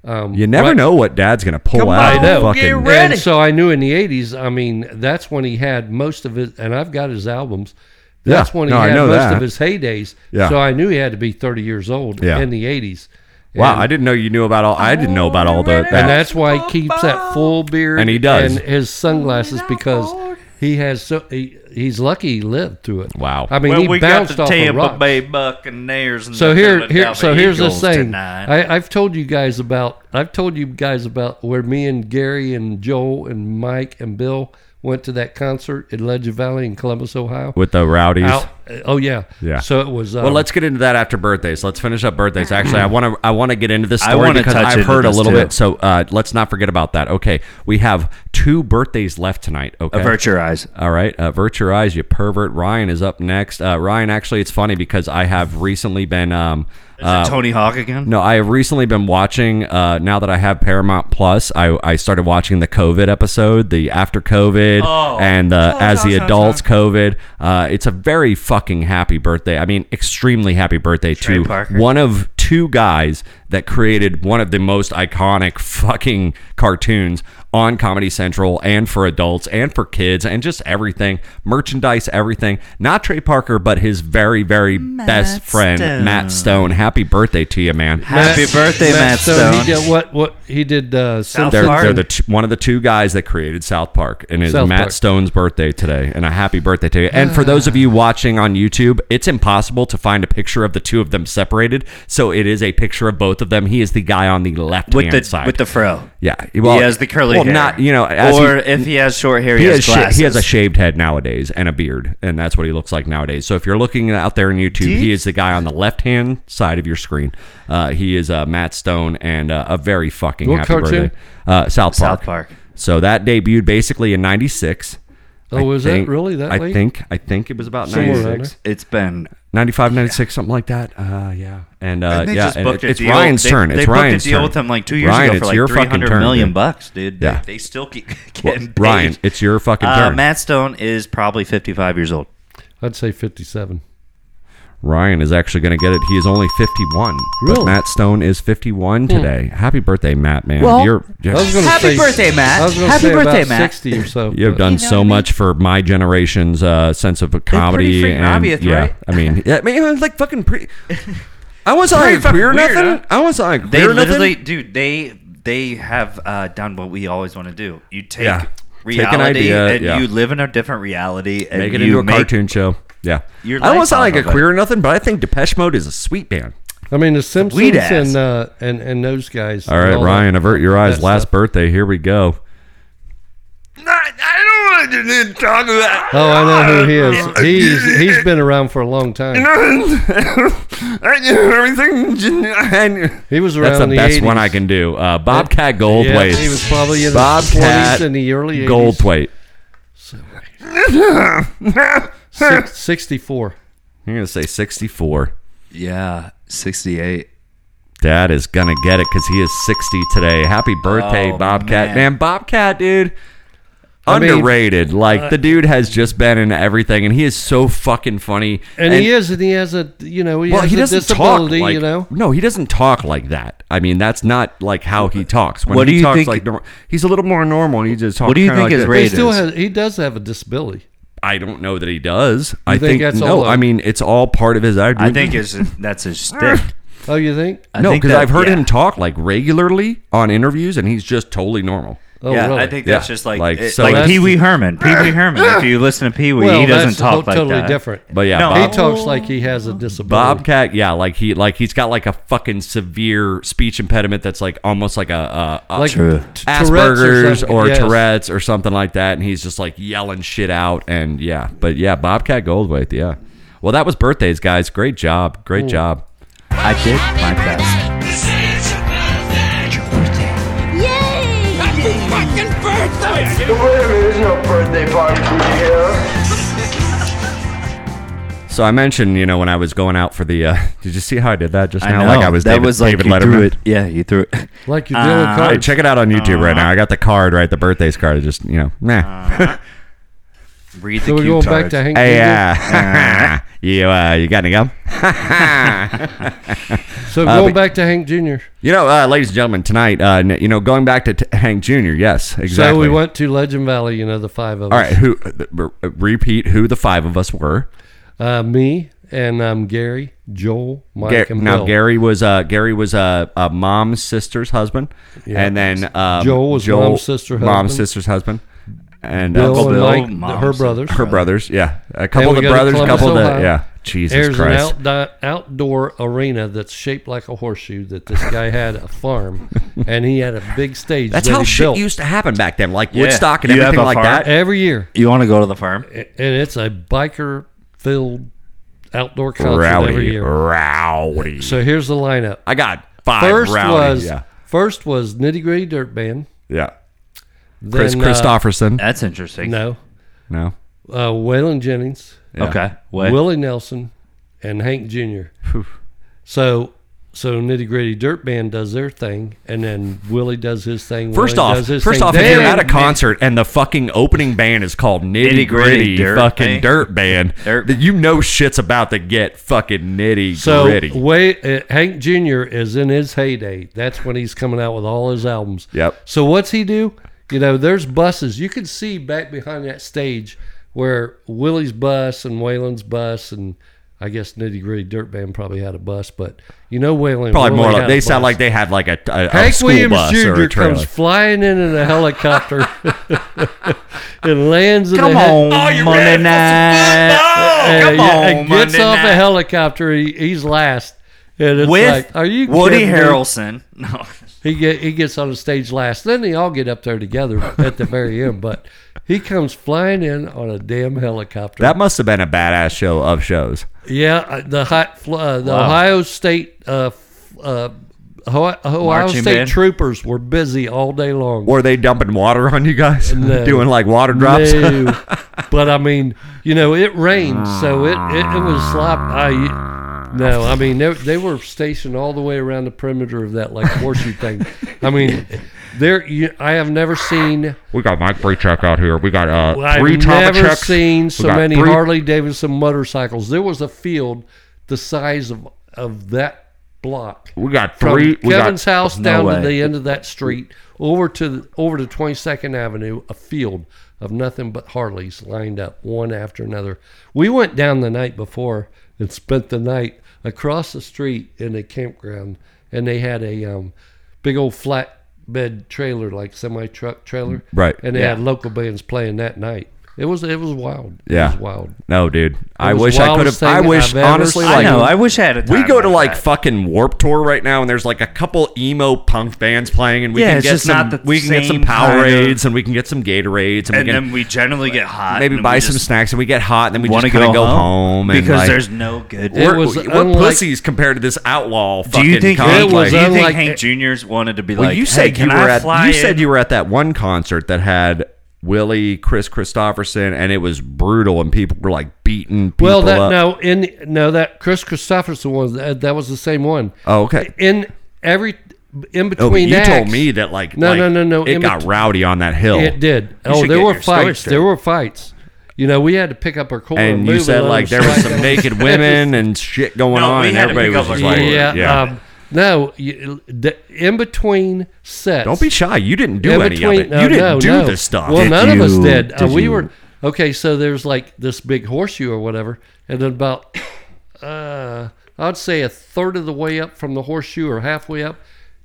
You never
Right.
know what dad's gonna pull
Come
out.
on,
of
get
fucking,
ready.
And so I knew in the 80s, I mean, that's when he had most of his, and I've got his albums. That's
Yeah.
when he
No, I
had
know
most
that.
of his heydays.
Yeah.
So I knew he had to be 30 years old
Yeah.
in the 80s.
Wow,
And-
I didn't know you knew about all. I didn't know about all the.
And
That.
that's why he keeps that full beard.
And he does.
And his sunglasses because he has so he, he's lucky he lived through it.
Wow.
I mean,
well,
he
we got
bounced
the
off
Tampa
of rocks.
Bay Buccaneers and
So
the
here, here,
Philadelphia
so here's the
Eagles
thing.
tonight.
I, I've told you guys about. I've told you guys about where me and Gary and Joel and Mike and Bill went to that concert in Ledger Valley in Columbus, Ohio.
with the rowdies.
Out, oh yeah,
Yeah.
So it was. Um,
Well, let's get into that after birthdays. Let's finish up birthdays. Actually, I want to I want to get into this
I
story
wanna
because
touch
I've
into
heard a
this
little
too.
bit. So uh, let's not forget about that. Okay, we have two birthdays left tonight. Okay,
Avert your eyes.
All right, uh, avert your eyes, you pervert. Ryan is up next. Uh, Ryan, actually, it's funny because I have recently been. Um, uh,
Tony Hawk again?
no, I have recently been watching. Uh, now that I have Paramount Plus, I, I started watching the COVID episode, the after COVID,
Oh.
and the as the
oh, oh,
adults COVID. Uh, it's a very fucking happy birthday. I mean, extremely happy birthday to
Parker.
one of two guys that created one of the most iconic fucking cartoons on Comedy Central and for adults and for kids and just everything merchandise, everything. Not Trey Parker, but his very, very best friend
Stone.
Matt Stone. Happy birthday to you, man.
Mm. Happy birthday, Matt Stone.
He did what? What he did? Uh,
South
They're,
Simpson-
Park.
they're the t- one of the two guys that created South Park, and it's
South
Matt
Park.
Stone's birthday today. And a happy birthday to you! And for those of
Ah.
you watching on YouTube, it's impossible to find a picture of the two of them separated, so it is a picture of both of them. He is the guy on the left
With
hand
the
side.
with the fro.
yeah, well,
he has the curly
well,
hair.
not you know, as he-
or if he has short hair, he,
he
has,
has sha-
glasses.
he has a shaved head nowadays and a beard, and that's what he looks like nowadays. So if you're looking out there on YouTube, he is the guy on the left hand side of your screen. Uh, he is uh, Matt Stone, and uh, a very fucking
What
happy
cartoon?
birthday. Uh, South Park.
South Park.
So that debuted basically in '96.
Oh, was that really that
I
late?
think I think it was about
Somewhere around
'96,
it's
Uh,
been
95, 96, something like that. Uh, yeah, and, uh,
they
yeah,
just
and
booked
it-
a
it's
deal-
Ryan's
they-
turn.
They
It's
booked
Ryan's
a deal
turn.
with him like two years
Ryan,
ago for
it's
like
your
three
fucking
hundred
turn,
million
dude.
bucks, dude. They-
Yeah.
They, still keep
Well,
getting paid.
Ryan, it's your fucking
uh,
turn.
Matt Stone is probably fifty-five years old.
I'd say fifty-seven.
Ryan is actually going to get it. He is only 51. But
Really?
Matt Stone is 51 today. Happy birthday, Matt, man.
Well,
You're,
I was
you're,
gonna
Happy
say-
birthday, Matt.
I was gonna
Happy
say
birthday,
about
Matt.
Sixty or so.
you have
but-
done
know
so
what I
much for my generation's uh, sense of comedy.
freaking
and,
obvious,
yeah,
right?
I mean, yeah, I mean, it was like fucking pretty. I wasn't like
fucking
queer or
weird,
nothing.
huh?
I wasn't like
They
queer or
literally,
nothing.
dude. They they have uh, done what we always want to do. You take
Yeah. Take an
reality
idea,
and
yeah.
you live in a different reality and
Make it
you
into a
make-
cartoon show. Yeah.
Your
I don't want to
life
sound like
off
a
of it.
queer or nothing, but I think Depeche Mode is a sweet band.
I mean, the Simpsons
Weed ass.
and uh, and and those guys.
All right,
and that-
Ryan, avert your eyes.
that
Last
stuff.
birthday. Here we go.
I don't want to talk about.
Oh, I know who he is. He's he's been around for a long time.
I knew everything. I knew.
He was around
That's the
in the
best one
80s.
I can do. Uh, Bobcat Goldthwait.
he was probably in his 20s in the early 80s.
Goldthwait.
Six, 64.
You're gonna say 64.
Yeah, sixty-eight.
Dad is gonna get it because he is 60 today. Happy birthday,
Oh,
Bobcat! Man.
man.
Bobcat, dude,
mean, uh,
underrated. like the dude has just been in everything, and he is so fucking funny.
And, he is, and he has a, you know, he
Well,
has
he
a
doesn't talk
disability,
like
you know.
no, he doesn't talk like that. I mean, that's not like how he talks. When
What do
he
you
talks
think-
like normal, he's a little more normal. He just talks.
What do you
kinda
think
like
his
this.
rate-
He
It
still
is.
has, he does have a disability.
I don't know that he does. I
think
think,
that's
no.
all, uh,
I mean, it's all part of his.
I think it's that's his stick.
Oh, you think?
I
no,
think
because
that-
I've heard
yeah.
him talk like regularly on interviews, and he's just totally normal.
Oh,
yeah,
really?
I think that's
Yeah.
just like
Like,
it-
so
like
that's-
Pee Wee Herman. Pee Wee Herman. If you listen to Pee Wee,
well,
he doesn't
that's
talk like
totally
that.
different.
But yeah,
No,
Bob,
he talks like he has a disability.
Bobcat, yeah, like he like he's got like a fucking severe speech impediment that's like almost like a, a, a
like
True.
T- Tourette's
Asperger's
something,
or
yes.
Tourette's or something like that, and he's just like yelling shit out, and yeah, but yeah, Bobcat Goldthwait, yeah. Well, that was birthdays, guys. Great job, great
Mm.
job.
I did my best.
Happy fucking
Wait
birthday!
a minute, there's no birthday party for you here.
So I mentioned, you know, when I was going out for the. Uh, did you see how I did that just
I
now?
know.
Like I was
that
David,
was like
David
you
Letterman.
threw it. Yeah, you threw it.
Like you're dealing
Uh,
Hey,
cards.
check it out on YouTube right now. I got the card right, the birthday's card. I just you know,
Uh,
nah.
Read the
So we're
cue
going back
cards.
to Hank.
Hey,
Greenwood?
uh, you uh, you got any gum?
So going
Uh, but-
back to Hank Jr.
You know, uh, ladies and gentlemen, tonight, uh, n- you know, going back to t- Hank Jr. Yes, exactly.
So we went to Legend Valley. You know the five of us.
All right, who uh, r- repeat who the five of us were?
Uh, me and um, Gary, Joel, Mike,
Ga-
and
now
Bill.
Gary was uh, Gary was uh, uh, mom's sister's husband, and then um,
Joel was mom's sister husband.
mom's sister's husband, and
Bill
Uncle
and
Bill,
Mike,
Mom's
her
sister.
brothers.
her brothers, yeah, a couple
we
of the
go to
brothers,
Columbus,
couple of the
Ohio.
yeah. Jesus
There's
Christ!
an outdi- outdoor arena that's shaped like a horseshoe that this guy had a farm, and he had a big stage.
That's
that
how
he
shit
built
used to happen back then, like
Yeah.
Woodstock and
You have
everything
a
like
farm?
that.
every year,
You want to go to the farm?
and it's a biker-filled outdoor concert every
Rowdy,
year.
rowdy.
So here's the lineup.
I got five
First
rowdy.
was
yeah,
first was Nitty Gritty Dirt Band.
yeah.
Then,
Chris
uh,
Christopherson.
That's interesting.
no,
no.
uh, Waylon Jennings.
Yeah.
Okay. What?
Willie Nelson and Hank Jr. So so nitty gritty dirt band does their thing, and then Willie does his thing.
First
Willie
off,
does his
first
thing.
off, if you're
Then-
at a concert and the fucking opening band is called Nitty
Nitty-gritty
Gritty
dirt
fucking
band.
Dirt Band,
Dirt.
that you know shit's about to get fucking nitty
so
gritty.
way uh, Hank Jr. is in his heyday. That's when he's coming out with all his albums.
Yep.
So what's he do? You know, there's buses. You can see back behind that stage where Willie's bus and Waylon's bus and. I guess Nitty Gritty Dirt Band probably had a bus, but you know Waylon.
Probably
Willie
more
had
like
a
they sound
bus.
like they had like a, a, a
Hank
school
Williams
bus or
Jr.
a trailer.
comes flying in in a helicopter and lands in
Come
a
on,
Oh, you
Monday
ready for some
night.
football? Come
yeah,
on,
it
and gets
Monday
off
night.
a helicopter. He, he's last. And it's
with
like, are you
Woody
kidding me?
Harrelson? No.
He get, he gets on the stage last. Then they all get up there together at the very end. But he comes flying in on a damn helicopter.
that must have been a badass show of shows.
yeah, uh, the high, fl- uh, the
Wow.
Ohio State uh, f- uh, Ohio, Ohio
Marching
State
band?
troopers were busy all day long.
Were they dumping water on you guys?
No.
Doing like water drops?
No. but I mean, you know, it rained, so it it, it was slop. I no, I mean they, they were stationed all the way around the perimeter of that like horseshoe thing. I mean, there you, I have never seen
we got Mike Brechek out here. We got uh,
I've
three trauma
never
checks.
seen so
got
many
three-
Harley Davidson motorcycles. There was a field the size of of that block
we got
from
three. we got
Kevin's house down
way.
to the end of that street, over to the, over to Twenty Second Avenue, a field of nothing but Harleys lined up one after another. We went down the night before and spent the night across the street in a campground, and they had a um, big old flatbed trailer, like semi truck trailer,
Right.
And they
Yeah.
had local bands playing that night. It was it was wild.
Yeah.
it was wild.
No, dude. I
was
wish
the
I could
wildest
have. I
thing
wish
I've ever
honestly,
seen.
like
I know. I wish I had a time.
we go to like
that.
fucking Warp Tour right now, and there's like a couple emo punk bands playing, and we
Yeah,
can
it's
get
just
some.
not the
We can get some
same kind of-
Powerades, and we can get some Gatorades, and,
and
we can
then we generally get hot.
maybe
and
buy
we
some
just
snacks, and we get hot, and then we
wanna
just kind of go home, and,
because
like,
there's no good.
It
We're,
was
we're
unlike-
pussies compared to this outlaw.
do you think
Hank,
Hank,
It was
do you think
unlike-
Hank Jr.'s wanted to be
Well,
like?
you
hey,
said
can
you
I
were at.
fly
You said
in?
you were at that one concert that had Willie, Chris Christopherson, and it was brutal, and people were like beating. People
Well, that
up.
no, in no that Chris Christopherson was that, that was the same one.
Oh, okay.
In every in
No, Oh, but
between,
you told
acts-
me that like
No,
like,
no, no, no,
it
in
got
bet-
rowdy on that hill.
It did. oh,
should
there
get
were
your story
fights.
straight.
There were fights. You know, we had to pick up our cooler
And
move
you
it
said
on
like
the
there was
side
some
of-
naked women and shit going
No,
on,
we
and
had to
everybody
pick
was
up
just
our
like,
clothes.
yeah.
yeah. Um, no, you, the, in between sets.
Don't be shy. You didn't do
in
any
between,
of it.
No,
you didn't
no,
do
no.
the stuff.
Well, none of us
you-
did. Uh,
did
we
you-
were okay. So there's like this big horseshoe or whatever, and then about uh, I'd say a third of the way up from the horseshoe or halfway up,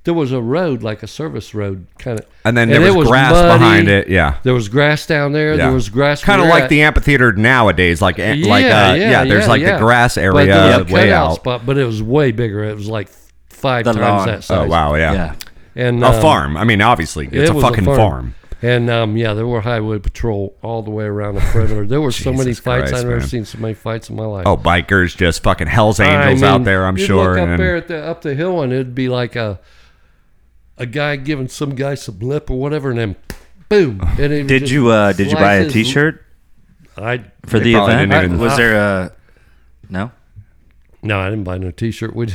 there was a road like a service road kind of,
And then there
it
was grass behind it, yeah.
there was grass down there.
Yeah.
There was grass.
Kind of
where
like
at-
the amphitheater nowadays, like eh, like uh, yeah, There's
yeah,
like
yeah.
the grass
But uh, there was
area
a
way
cutout
out.
spot, but it was way bigger. It was like five
The
times
lawn.
that size.
Oh wow, yeah.
Yeah.
And
A
um,
farm. I mean, obviously, it's
it
a
was
fucking farm.
And um, yeah, there were highway patrol all the way around the perimeter. There were so many
Jesus
fights.
Christ,
I've never
man.
seen so many fights in my life.
Oh, bikers, just fucking Hell's
I
Angels out
mean,
there. I'm
you'd
sure.
Look up
and-
there at the, up the hill, and it'd be like a a guy giving some guy some lip or whatever, and then boom. And it would
Did
just
you uh, did you buy a
slice his-
T-shirt
I
for
They
the
probably
event?
didn't even-
was there a No.
No, I didn't buy no T-shirt. We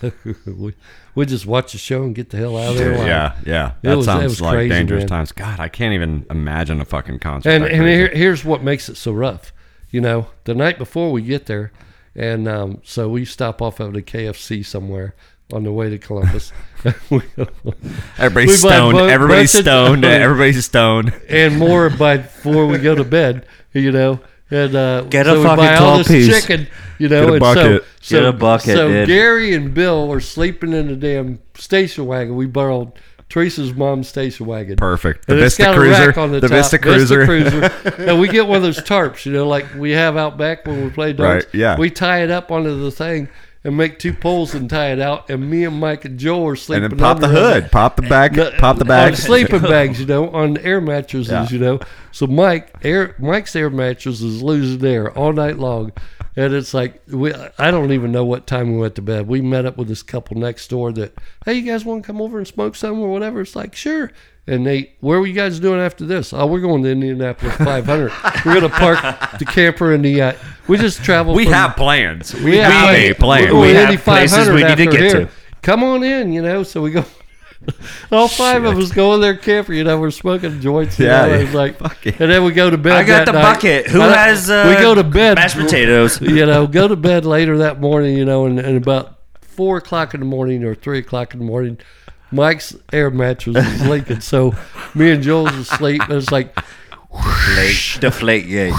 didn't. we, we just watched the show and get the hell out of there. alive.
yeah, yeah. That
was- that
sounds
was
like
crazy,
dangerous
man.
times. God, I can't even imagine a fucking concert.
And
that
and
crazy.
here, here's what makes it so rough. You know, the night before we get there, and um, so we stop off at a KFC somewhere on the way to Columbus.
everybody's
we buy
stoned.
bo-
everybody's
bunch of-
stoned. Everybody's stoned.
and more by before we go to bed, you know. And uh,
Get a
so we
fucking
buy all
tall
this
piece.
chicken, you know.
Get a
and
bucket.
So, so,
Get a bucket,
So
dude.
Gary and Bill are sleeping in the damn station wagon. We borrowed Teresa's mom's station wagon.
Perfect. The
And it's
Vista
got a rack
Cruiser.
on the,
The
top,
Vista Cruiser.
Cruiser. and we get one of those tarps, you know, like we have out back when we play darts.
Right, yeah.
We tie it up onto the thing and make two poles and tie it out. And me and Mike and Joe are sleeping.
And then pop the
under on
hood. Pop the back. Pop the
on
back.
sleeping bags, you know, on air mattresses, you know. So Mike, air Mike's air mattress is losing air all night long, and it's like we, I don't even know what time we went to bed. We met up with this couple next door that, hey, you guys want to come over and smoke some or whatever? It's like sure. And they, where were you guys doing after this? Oh, we're going to Indianapolis 500. we're going to park the camper in the. Uh, we just traveled.
We
from-
have plans. We,
have
have a plan.
we
We're
have
Indy
places
500
we need to
after
get
here.
to.
Come on in, you know. So we go. All five of us go in their camper, you know. We're smoking joints, you
Yeah,
know.
yeah.
It was like,
Fuck it.
and then we go to bed.
I got the
that night.
bucket. Who
I don't-
has? Uh,
we go to bed.
Mashed potatoes.
You know, go to bed later that morning, you know, and, and about four o'clock in the morning or three o'clock in the morning, Mike's air mattress is leaking. So me and Joel's asleep, and it's like
Deflate. Deflate. Yeah.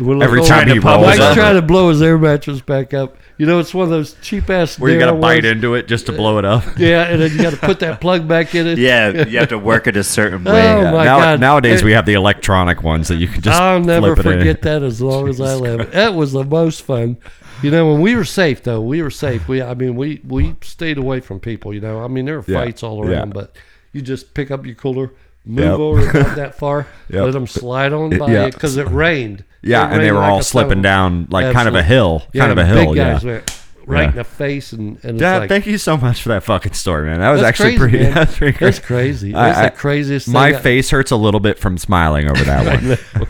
we're like,
Every
oh,
time he
pop-
rolls
Mike's
Mike's
up,
trying to blow his air mattress back up. You know, it's one of those cheap ass.
where you got to bite
ones.
into it just to blow it up.
Yeah, and then you got to put that plug back in it.
Yeah. You have to work it a certain way.
Oh my
Now-
god!
Nowadays,
It-
we have the electronic ones that you can just.
I'll never
flip it in.
forget that as long as I live. That was the most fun. You know, when we were safe though, we were safe. We, I mean, we we stayed away from people. You know, I mean, there were
Yeah,
fights all
yeah.
around, but you just pick up your cooler, move
Yep.
over about that far,
Yep.
let them slide on by
yeah.
it because it rained.
Yeah,
It
and they
rained
were
like
all
a
slipping
stone.
down like kind of a
Absolutely.
hill,
Yeah,
kind of
the
a hill.
Big
yeah.
guys went right
Yeah.
in the face, and and it's
Dad,
like,
thank you so much for that fucking story, man. That was
that's
actually
crazy,
pretty.
man.
That's pretty
That's
crazy.
crazy.
I-
That's
I-
the craziest. thing
My
I-
face hurts a little bit from smiling over that one.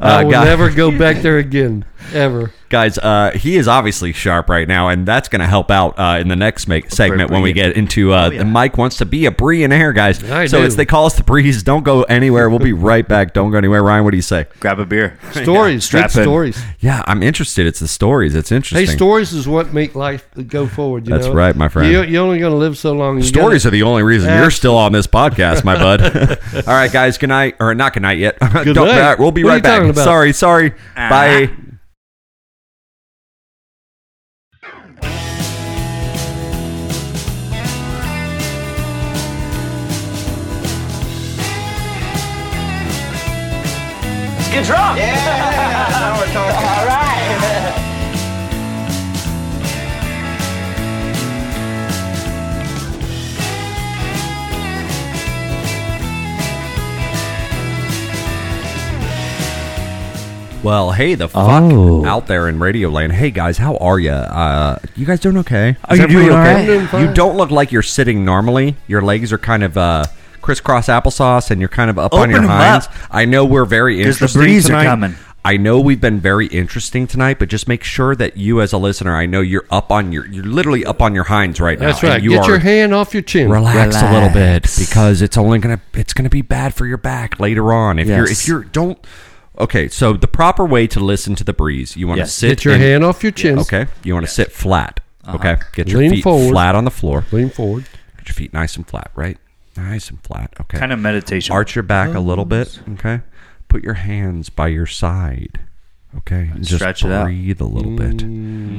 I
Uh,
will
guy-
never go back there again, ever.
guys, uh, he is obviously sharp right now, and that's going to help out uh, in the next make, segment when we get into. Uh, the Mike wants to be a Brionaire, guys.
Oh, I
so
do.
it's they call us the Breeze. Don't go anywhere. We'll be right back. Don't go anywhere. Ryan, what do you say?
Grab a beer.
Stories,
Yeah,
good
strap in.
stories.
Yeah, I'm interested. It's the stories. It's
Hey,
interesting.
stories is what make life go forward. You
That's
know?
right, my friend.
You, you're only going to live so long. You
Stories
gotta-
are the only reason
Yeah.
you're still on this podcast, my bud. All right, guys. Good night, or not good night yet. Good
night.
We'll be
What are
right
you
back.
talking about? Ah.
Sorry, sorry. Bye. Well, hey, the fuck
Oh.
out there in Radio Land. Hey, guys, how are you? Uh, you guys doing okay? Are
you doing all right? I'm
doing fine.
You don't look like you're sitting normally. Your legs are kind of uh, crisscross applesauce, and you're kind of up on
Open
your
'em
hinds.
up.
I know we're very
'Cause the
interesting
breeze are
tonight.
coming.
I know we've been very interesting tonight, but just make sure that you, as a listener, I know you're up on your, you're literally up on your hinds right now.
That's
and
right.
You
Get
are
your hand off your chin.
relax, a little bit
Relax.
because it's only gonna it's gonna be bad for your back later on if you're
Yes.
if you're don't okay so the proper way to listen to the breeze you want to
Yes.
sit
Get your
in-
hand off your chin.
okay you want to sit flat okay get your
Lean
feet
forward.
flat on the floor
Lean forward.
get your feet nice and flat right nice and flat okay
Kind of meditation.
arch your back a little bit okay put your hands by your side okay And just
Stretch it out.
breathe a little bit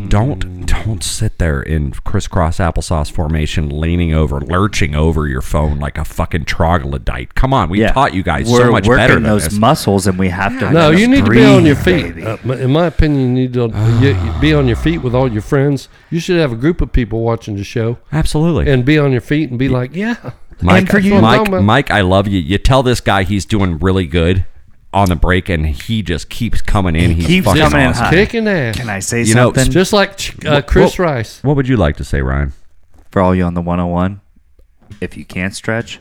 don't don't sit there in crisscross applesauce formation leaning over lurching over your phone like a fucking troglodyte come on we
Yeah.
taught you guys
We're
so much
working
better than
those
this.
muscles, and we have to.
No,
let us
you need to be
breathe,
on your feet.
baby.
Uh, m- in my opinion, you need to
Ah.
you, you be on your feet with all your friends. You should have a group of people watching the show
absolutely
and be on your feet and be like, yeah.
Mike,
for you.
Mike,
Mama.
Mike, I love you. You tell this guy he's doing really good on the break, and he just keeps coming in. He's
keeps
fucking
coming in
awesome.
hot.
Kicking ass.
Can I say
You know,
something
Just like Ch- uh, Chris
Well-
Rice.
What would you like to say, Ryan?
for all you on the 101? If you can't stretch,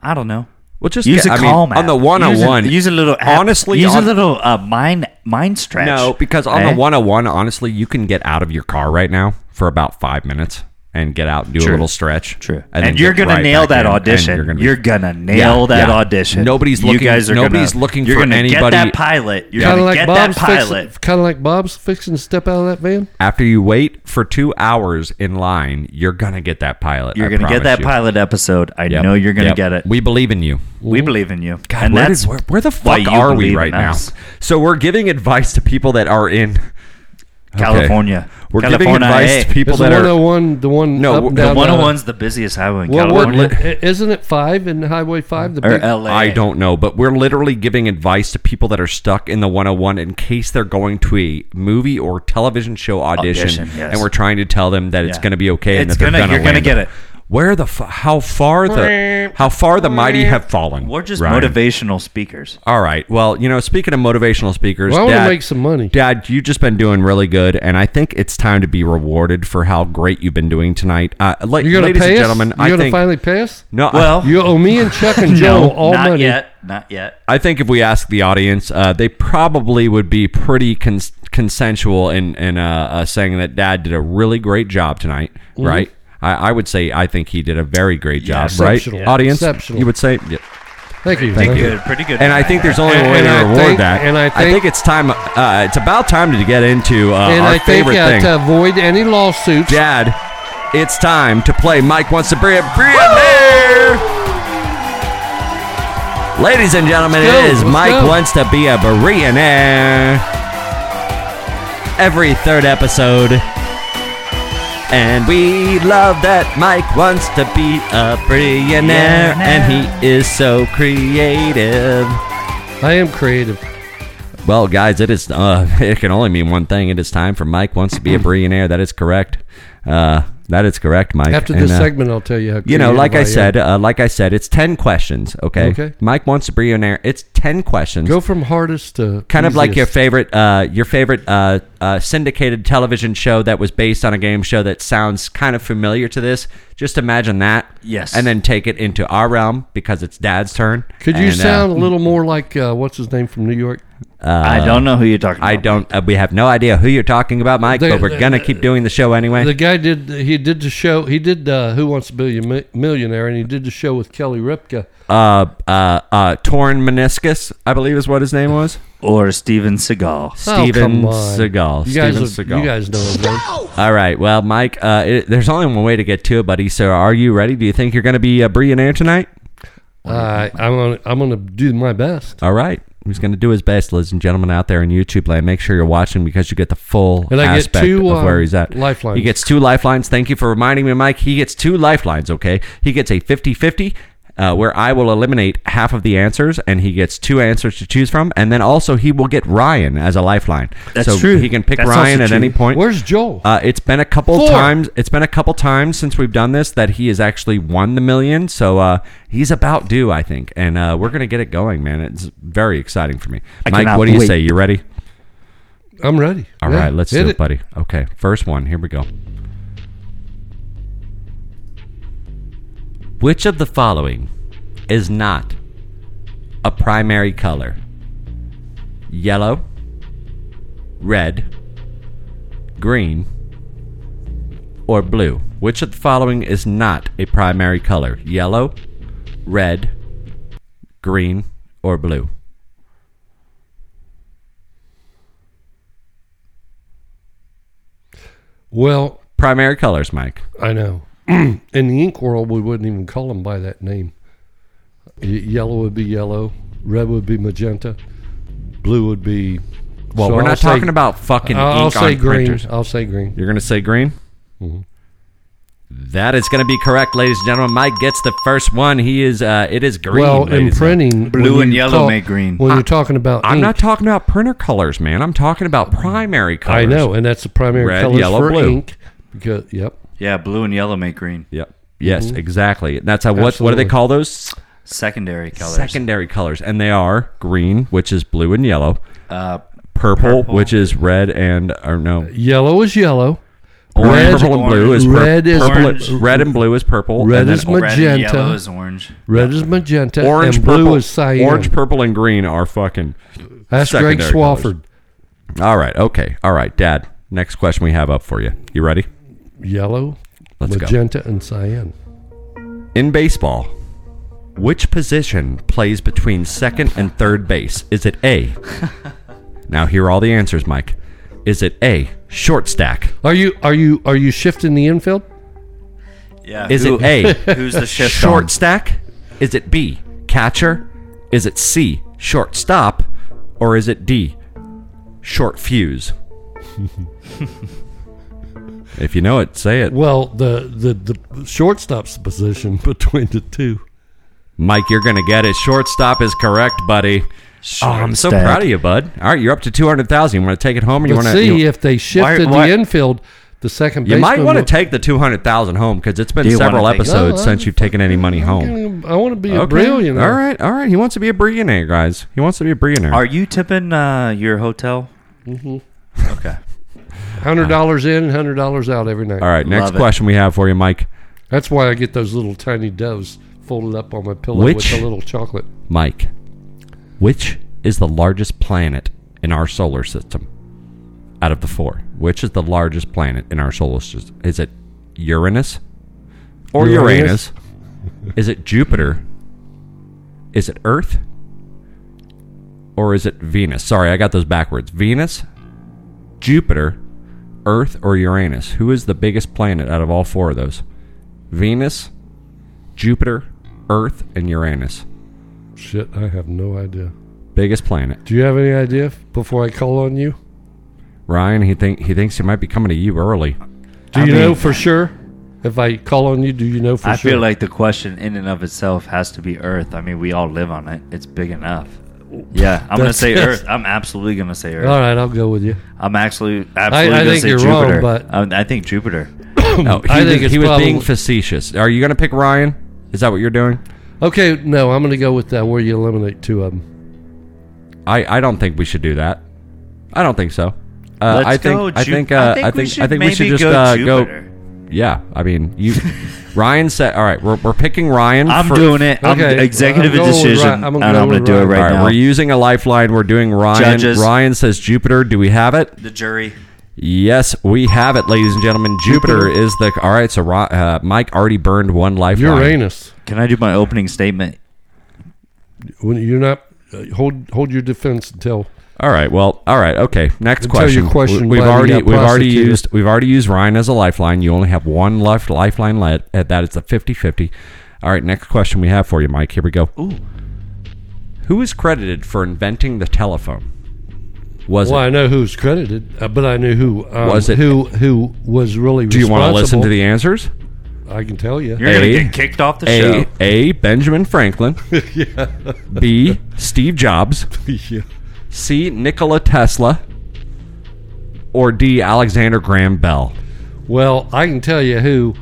I don't know.
Well, just
Use
get-
a
I mean,
calm
on the
app.
one on one.
Use a- Use a little app.
honestly
Use
on-
a little uh, mind mind stretch.
No, because on
Eh?
the 101, honestly, you can get out of your car right now for about five minutes and get out and do
True.
a little stretch.
True.
then
And, you're
get
gonna
right
nail
back
that
in, and
audition. You're gonna,
be-
nail
Yeah,
that
yeah.
audition.
Nobody's
You
looking-
guys are
nobody's
gonna,
looking
you're
for
gonna Get
anybody-
that pilot. You're
Kind
gonna
of like
get
Bob's
that pilot.
fixing, kind of like Bob's fixing to step out of that van.
After you wait for two hours in line, you're going to get that pilot.
You're
I
gonna get
promise
that
you.
pilot episode. I
Yep,
know you're gonna
yep.
get it. We,
We believe in you.
believe in you.
God,
and
where,
that's
did- where, where the
why
fuck
you
are we
believe
right
in
now?
us.
So we're giving advice to people that are in
California.
We're giving
California,
advice
eh?
to people
Is the
that are.
101 the one?
No,
up and
the oh
The
down
101's the busiest highway in
Well, what,
California.
isn't it five in Highway Five? The
or
big,
LA.
I don't know, but we're literally giving advice to people that are stuck in the 101 in case they're going to a movie or television show audition,
Audition, yes.
and we're trying to tell them that it's
Yeah.
going to be okay and
It's
that they're
gonna-
gonna
you're gonna
land
get it.
Where the f- how far the how far the mighty have fallen?
We're just
Ryan.
motivational speakers.
All right. Well, you know, speaking of motivational speakers,
Well, I wanna
Dad-
make some money.
Dad, you've just been doing really good, and I think it's time to be rewarded for how great you've been doing tonight. Uh, la-
You're gonna
ladies
pay
and
us.
gentlemen,
You're
I
gonna
think
finally pay us.
no. I-
Well,
You owe me and Chuck and Joe
no,
all
not
money.
yet. Not yet.
I think if we ask the audience, uh, they probably would be pretty cons- consensual in in uh, uh, saying that Dad did a really great job tonight,
Mm-hmm.
right? I, I would say I think he did a very great job, right?
Exceptional.
Audience,
Exceptional.
you would say, yeah.
Thank you.
Thank you.
Good, pretty good.
and I think there's only
And-
a way
and
to
I
reward
think-
that.
and I think-
it's time. Uh, it's about time to get into uh,
And
our
I think
favorite
uh,
thing,
to avoid any lawsuits,
Dad. It's time to play. Mike wants to bring a bring a beer. Ladies and gentlemen,
Let's
it
go,
is
let's
Mike
go.
wants to be a billionaire. Every third episode. And we love that Mike wants to be a billionaire, and he is so creative.
I am creative.
Well, guys, it is. Uh, it can only mean one thing. It is time for Mike wants to be a billionaire. That is correct. Uh, that is correct, Mike.
After
And,
this
uh,
segment, I'll tell you how.
you know,
creative
like I
am.
said, uh, like I said, it's ten questions. Okay.
Okay.
Mike wants to be a billionaire. It's ten questions.
go from hardest to
kind of like your
easiest.
favorite, uh, your favorite uh, uh, syndicated television show that was based on a game show that sounds kind of familiar to this. Just imagine that.
Yes.
And then take it into our realm because it's Dad's turn.
Could you
And, uh,
sound a little more like uh, what's his name from New York?
I don't know who you're talking.
I
about.
don't. Uh, we have no idea who you're talking about, Mike.
The-
but we're
the-
gonna keep doing the show anyway.
The guy did he did the show. He did uh, Who Wants to Be a Mi- Millionaire, and he did the show with Kelly Ripka.
uh, uh, uh, torn meniscus, I believe is what his name was.
Or Steven Seagal.
Oh,
Steven
come on.
Seagal.
You guys,
Steven Seagal.
are- you guys know his name.
All right. Well, Mike, uh, it, there's only one way to get to it, buddy. So, are you ready? Do you think you're going to be a billionaire tonight?
Uh, I'm gonna I'm gonna do my best,
All right. He's going to do his best, ladies and gentlemen, out there in YouTube land. Make sure you're watching because you get the full
And I get
aspect
two,
of where
um,
he's at.
lifelines.
He gets two lifelines. Thank you for reminding me, Mike. He gets two lifelines, okay? He gets a 50 50. Uh, where I will eliminate half of the answers, and he gets two answers to choose from, and then also he will get Ryan as a lifeline.
That's
so
true.
He can pick
That's
Ryan
also
at
true.
any point.
Where's Joel?
Uh, it's been a couple
Four.
times. It's been a couple times since we've done this that he has actually won the million. So uh, he's about due, I think, and uh, we're gonna get it going, man. It's very exciting for me.
I
Mike,
cannot
what do you
wait.
say? You ready?
I'm ready.
All
Yeah,
right, let's
hit
do it, buddy. Okay, first one. Here we go. Which of the following is not a primary color? Yellow, red, green, or blue? Which of the following is not a primary color? Yellow, red, green, or blue?
Well,
Primary colors, Mike.
I know. In the ink world, we wouldn't even call them by that name. Y- Yellow would be yellow. Red would be magenta. Blue would be.
Well,
So
we're
I'll
not
say-
talking about fucking
I'll
ink
say
on
green.
printers.
I'll say green.
You're going to say green?
Mm-hmm.
That is going to be correct, ladies and gentlemen. Mike gets the first one. He is. Uh, it is green.
well,
ladies
in
and gentlemen. Ah,
printing, when
Blue and
you
yellow make green.
When you're talking about,
I'm
ink,
not talking about printer colors, man. I'm talking about primary colors.
I know, and that's the primary
Red,
colors
yellow,
for
blue.
ink. Because yep,
Yeah, blue and yellow make green.
Yep. Yes, exactly. That's how. What, what do
Mm-hmm. Absolutely.
they call those?
Secondary colors.
Secondary colors, and they are green, which is blue and yellow.
Uh,
Purple, which is red and or no,
yellow is yellow.
Orange,
Red-
purple, and blue is purple.
red is-
purple,
Orange.
red and blue is purple.
Red
and then
is
orange,
Red and yellow
Magenta.
is orange.
Red is magenta
orange,
and
purple,
blue is cyan.
orange, purple, and green are fucking.
That's Greg
secondary
Swafford.
All right, okay, all right, Dad. Next question we have up for you. You ready?
Yellow,
Let's go.
magenta, and cyan.
In baseball, which position plays between second and third base? Is it A? now here are all the answers, Mike. Is it A, short stack?
Are you are you are you shifting the infield?
Yeah.
Is
who-
it A,
Who's the shift
short
on?
stack? Is it B, catcher? Is it C, short stop? Or is it D, short fuse? if you know it, say it.
Well, the the the shortstop's the position between the two.
Mike, you're going to get it. Shortstop is correct, buddy. oh, I'm so
stack.
proud of you, bud. All right, you're up to 200,000. You want to take it home or you want
But
to
see
you,
if they shifted
why-
the infield, the second
you
baseman
might want to
would-
take the 200,000 home cuz it's been
you
several
wanna take-
episodes
No,
since
I'm
you've taken any money home.
I want to be a
Okay.
brilliant.
All right, all right. He wants to be a billionaire, guys. He wants to be a billionaire.
Are you tipping uh, your hotel? Mm-hmm. Okay.
Hundred dollars in, hundred dollars out every night.
All right, next
Love it.
question we have for you, Mike.
That's why I get those little tiny doves folded up on my pillow
Which-
with a little chocolate.
Mike, which is the largest planet in our solar system? Out of the four, which is the largest planet in our solar system? Is it Uranus or Uranus?
Uranus.
is it Jupiter? Is it Earth? Or is it Venus? Sorry, I got those backwards. Venus, Jupiter, Earth, or Uranus? Who is the biggest planet out of all four of those? Venus, Jupiter, Earth, and Uranus.
Shit, I have no idea.
biggest planet.
Do you have any idea f- before I call on you?
Ryan, he think he thinks he might be coming to you early.
Do
I
you
mean-
know for sure? If I call on you, do you know for
I
sure?
feel like the question in and of itself has to be Earth. I mean, we all live on it. It's big enough. Yeah, I'm gonna
That's
say
it.
Earth. I'm absolutely gonna say Earth.
All right, I'll go with you.
I'm actually absolutely
I
gonna
think
say
you're wrong,
Jupiter. Um,
but-
I, I think Jupiter.
No, Oh, he,
I
was-
think it's
he was
probably-
being facetious. Are you going to pick Ryan? Is that what you're doing?
Okay, no, I'm going to go with that where you eliminate two of them.
I, I don't think we should do that. I don't think so. Uh,
Let's
I think
go
I
Ju-
think uh, I think I think we should
maybe
just
go
uh,
Jupiter.
go. Yeah, I mean you. Ryan said, "All right, we're, we're picking Ryan."
I'm
for-
doing it.
Okay,
I'm
well,
executive
I'm going with
decision,
Ryan. I'm
and
gonna go
I'm gonna
with
do it
Ryan.
All
right
right, we're
now.
using a lifeline. We're doing Ryan.
Judges.
Ryan says Jupiter. Do we have it?
The jury.
Yes, we have it, ladies and gentlemen. Jupiter,
Jupiter.
is the all right. So Ro- uh, Mike already burned one lifeline.
Uranus.
Can I do my opening statement?
When you're not uh, hold hold your defense until
All right. Well. All right. Okay. Next
Until
question.
your question
We- We've
why we
already
got
we've already
prosecuted.
used we've already used Ryan as a lifeline. You only have one left lifeline left. At that, it's a 50-50. All right. Next question we have for you, Mike. Here we go. Ooh. Who is credited for inventing the telephone? Was
well,
it?
I know who's credited, uh, but I knew who um,
Was it-
who who was really.
Do you want to listen
responsible.
to the answers?
I can tell you.
You're gonna
A.
get kicked off the
A.
show.
A. Benjamin Franklin. B. Steve Jobs.
yeah.
C. Nikola Tesla. Or D. Alexander Graham Bell.
Well, I can tell you who.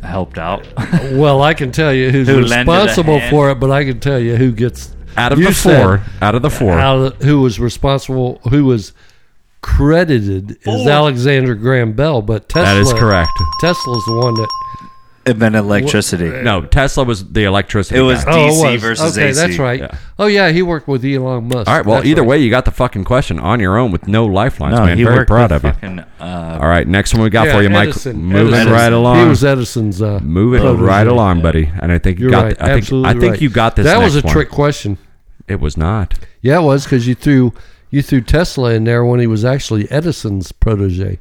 Helped out.
Well, I can tell you who's
Who lended a
responsible
hand.
for it, but I can tell you who gets
Out of
You
the
said-
four, out of the four,
out of- who was responsible, who was credited as Alexander Graham Bell, but Tesla.
that is correct.
Tesla's the one that.
Invent electricity.
No, Tesla was the electricity.
It was
guy.
DC
Oh, it was.
versus
okay,
AC.
that's right.
Yeah.
Oh yeah, he worked with Elon Musk.
All right. Well,
That's
either
right.
way, you got the fucking question on your own with no lifelines,
No,
man.
he
Very
worked
proud of
with
you.
fucking, uh,
All right. Next one we got
Yeah,
for you, Mike.
Edison.
Moving
Edison.
right along.
He was Edison's. Uh,
Moving
protege.
right along, buddy. And I think you
You're
got.
right.
I think,
Absolutely
I think
right.
you got this.
That was a
next one.
trick question.
It was not.
Yeah, it was because you threw you threw Tesla in there when he was actually Edison's protege.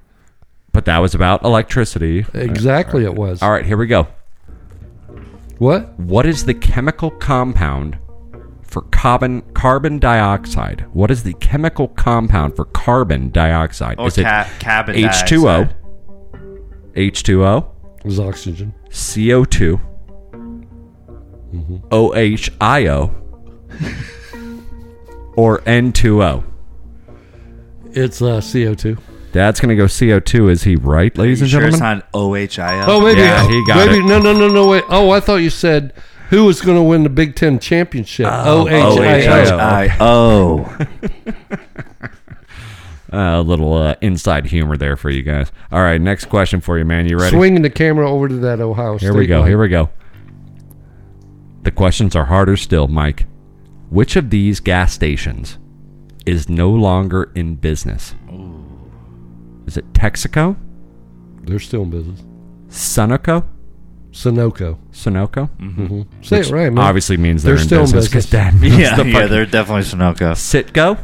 But that was about electricity.
Exactly, it was.
All right. Here we go.
What?
What is the chemical compound for carbon carbon dioxide? What is the chemical compound for carbon dioxide?
Oh,
Or
is it
ca- carbon
H2O?
dioxide.
H2O,
It was oxygen.
CO2,
Mm-hmm.
OHIO, or N2O?
It's uh, CO two.
Dad's going to go CO2. Is he right, ladies
You
and
sure it's
gentlemen?
not OHIO?
Oh, maybe
Yeah, he got
maybe
it.
no, no, no, no. Wait. Oh, I thought you said who was going to win the Big Ten
Oh,
championship. Oh,
OHIO.
OHIO.
A little uh, inside humor there for you guys. All right, next question for you, man. You ready?
Swinging the camera over to that Ohio State.
Here we go.
line.
Here we go. The questions are harder still, Mike. Which of these gas stations is no longer in business? Is it Texaco,
They're still in business.
Sunoco,
Sunoco.
Sunoco?
Mm-hmm.
Say it right, man.
Obviously means
They're
they're, in
still in
business because that
business.
means
yeah,
the
yeah,
fucking-
they're definitely Sunoco.
Citgo.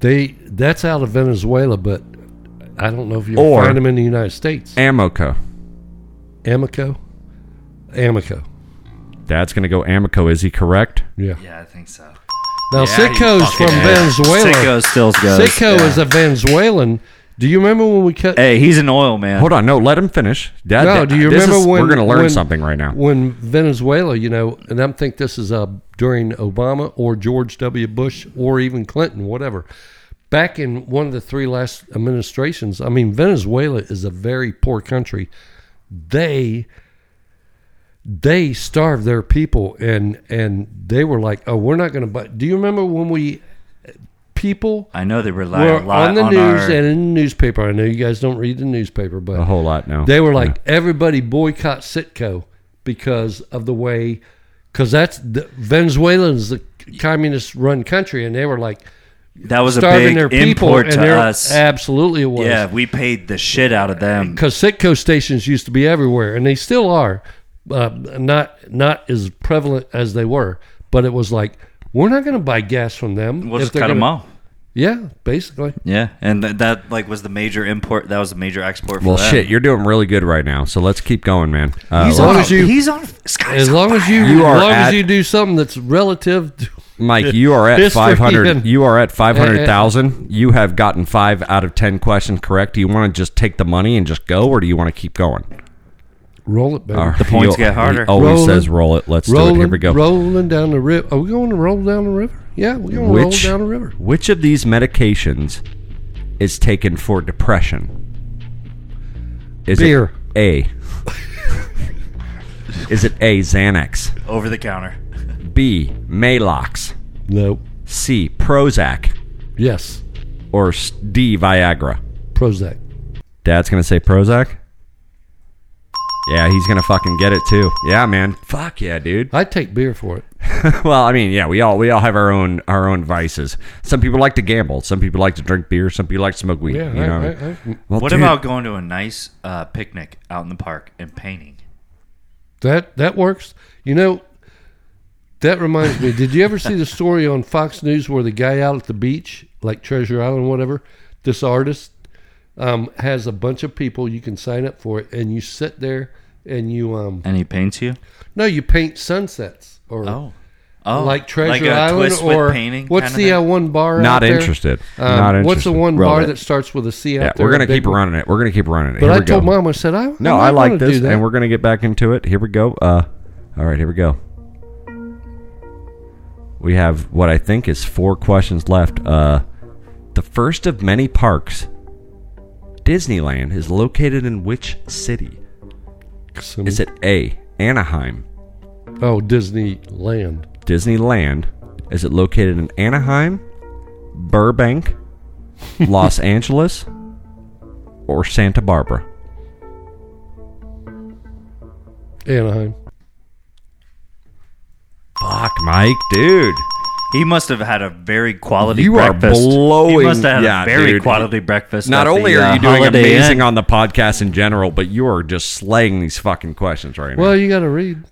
They that's out of Venezuela, but I don't know if you
Or-
can find them in the United States.
Amoco.
Amico, Amico.
That's going to go Amoco. Is he correct?
Yeah.
Yeah, I think so. Yeah,
Now
you
Sitco's
fucking
from
ass.
Venezuela.
Sitco still goes.
Sitco
yeah.
is a Venezuelan. Do you remember when we cut?
Hey, he's an oil man.
Hold on. No, let him finish. That,
no,
that-
do you
this
remember
is-
when
we're going to learn
when-
something right now?
When Venezuela, you know, and I am think this is uh, during Obama or George W. Bush or even Clinton, whatever. Back in one of the three last administrations, I mean, Venezuela is a very poor country. They they starved their people, and and they were like, "Oh, we're not going to buy." Do you remember when we people
I know they rely
were
a lot
on the
our-
news and in the newspaper? I know you guys don't read the newspaper, but
A whole lot
Oh,
now.
they were like, everybody boycott Sitco because of the way, because that's the, Venezuela's a communist-run country, and they were like
that was a
starving
big
their people,
import
and
to
they're
us.
absolutely it was.
Yeah, we paid the shit out of them.
because Sitco stations used to be everywhere, and they still are, uh, not not as prevalent as they were, but it was like. We're not going to buy gas from them.
We'll
if
just
they're
cut them
gonna-"
off.
Yeah, basically.
Yeah, and th- that like was the major import. That was the major export. For
well,
them.
shit, you're doing really good right now. So let's keep going, man. Uh,
He's long
Oh,
as you-
he's on. Sky's
As
on
long
fire.
as you,
You are
as long as
at-
you do something that's relative. To,
Mike, you are at
History
five hundred.
and-
You are at five hundred
Eh, eh.
thousand. You have gotten five out of ten questions correct. Do you want to just take the money and just go, or do you want to keep going?
roll it, baby.
The
points get harder.
He always
Rolling,
says, "Roll it." Let's do it. Here we go.
Rolling down the river. Are we going to roll down the river? Yeah, we're going to roll
Which
down the river.
Which of these medications is taken for depression? Is
Beer.
it A? is it A. Xanax?
over the counter.
B. Malox?
No.
C. Prozac?
Yes.
Or s- D. Viagra?
Prozac.
Dad's gonna say Prozac. Yeah, he's gonna fucking get it too. Yeah, man. Fuck yeah, dude.
I take beer for it.
well, I mean, yeah, we all we all have our own our own vices. Some people like to gamble. Some people like to drink beer. Some people like to smoke weed.
Yeah,
you
I-
know.
I- I-
well,
What
dude,
about going to a nice uh, picnic out in the park and painting?
That that works. You know, that reminds me. Did you ever see the story on Fox News where the guy out at the beach, like Treasure Island, whatever, this artist um, has a bunch of people you can sign up for it, and you sit there and you um
And he paints you.
no, you paint sunsets or
oh,
like Treasure
a
Island
twist with
or
painting
what's
kinda
the uh,
thing?
one bar?
Not
out there?
interested.
Um,
Not interested.
What's the one
Roll
bar
it.
that starts with a C out
Yeah,
there?
we're gonna
a big
keep
one?
running it. We're gonna keep running it.
But
Here
I
we
told
go.
mom, I said, I
No,
I'm
I
not
like
gonna
this,
do that.
and we're gonna get back into it. Here we go. Uh, all right, here we go. We have what I think is four questions left. Uh, the first of many parks. Disneyland is located in which city? Is it A. Anaheim?
Oh, Disneyland.
Disneyland. Is it located in Anaheim, Burbank, Los Angeles, or Santa Barbara?
Anaheim.
Fuck, Mike, dude.
He must have had a very quality.
You are
breakfast.
blowing-
He must have had
yeah,
a very
dude.
quality breakfast.
Not
at
only
the,
are
uh,
you doing
Holiday
amazing
Inn.
on the podcast in general, but you are just slaying these fucking questions right now.
Well, you got to read.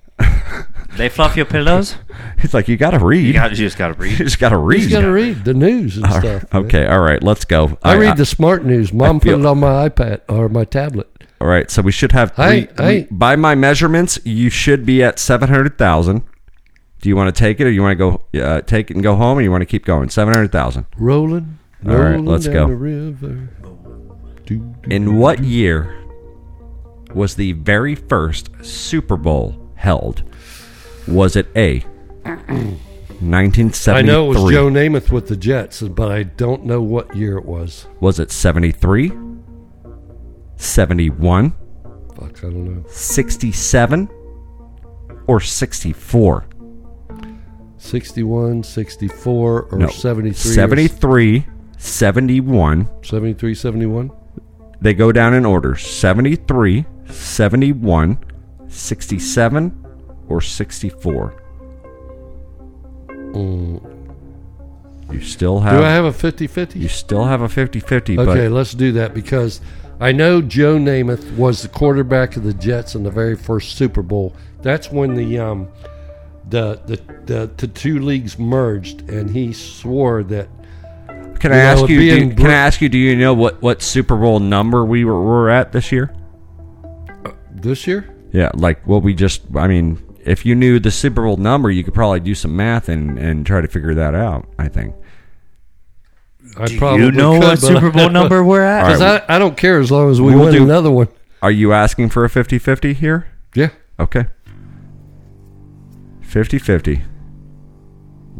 they fluff your pillows.
It's like you got to read.
You, got, you just got to
You
breathe.
just got to read.
You got to read the news and stuff. man.
Okay, all right, let's go.
I read the smart news. Mom
feel-
put it on my iPad or my tablet.
All right, so we should have three.
Hey, hey.
By my measurements, you should be at seven hundred thousand. Do you want to take it, or you want to go uh, take it and go home, or you want to keep going? Seven hundred thousand.
Rolling.
All right,
rolling
let's
down
go.
The river. Do, do.
In what year was the very first Super Bowl held? Was it A. Nineteen
I
seventy-three.
know it was Joe Namath with the Jets, but I don't know what year it was.
Was it 73, 71,
Fuck, I don't know.
67, or 64?
61, 64, or
No.
73.
73, 71.
73, 71.
They go down in order 73, 71, 67, or 64. You still
Mm. Do
Uh,
have,
I have a 50
you
50?
still have a 50-50,
Okay,
but
let's do that because I know Joe Namath was the quarterback of the Jets in the very first Super Bowl. That's when the um, the, the the the two leagues merged, and he swore that
can I
you know,
ask
it
you? Do,
being
you- can
Brit-
I ask you? Do you know what, what Super Bowl number we were, were at this year?
this year
Yeah, like what we just. I mean, if you knew the Super Bowl number, you could probably do some math and and try to figure that out. I think.
I
Do you know what Super Bowl number we're at?
Because I, I don't care as long as we
We'll
win
do-
another one.
Are you asking for a 50-50 here?
Yeah.
Okay. 50-50.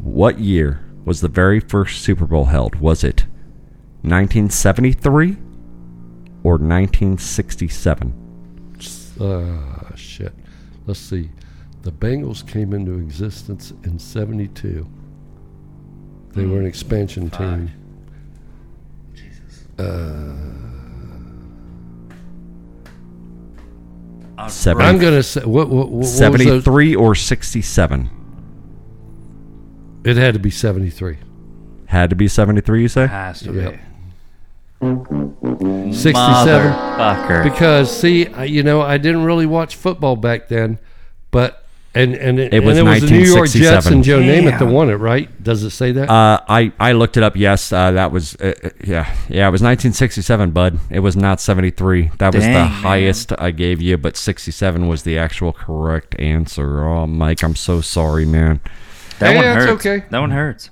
What year was the very first Super Bowl held? Was it 1973 or 1967?
Ah, shit. Let's see. The Bengals came into existence in 72. They were an expansion team. I'm
70,
going to say, what, what, what was the-
73 or 67?
It had to be 73.
Had to be 73, you say?
Has to
Yep.
be.
67.
Motherfucker.
Because, see, I- you know, I didn't really watch football back then, but. And, and it,
It was
and it was the New York Jets
1967.
and Joe Namath that won it, right? Does it say that?
Uh, I, I looked it up. Yes, uh, that was uh, uh, yeah yeah. It was 1967, bud. It was not 73. That was
Dang,
the
man.
highest I gave you, but 67 was the actual correct answer. Oh, Mike, I'm so sorry, man.
That
Hey,
one
that's
hurts.
okay.
That one hurts.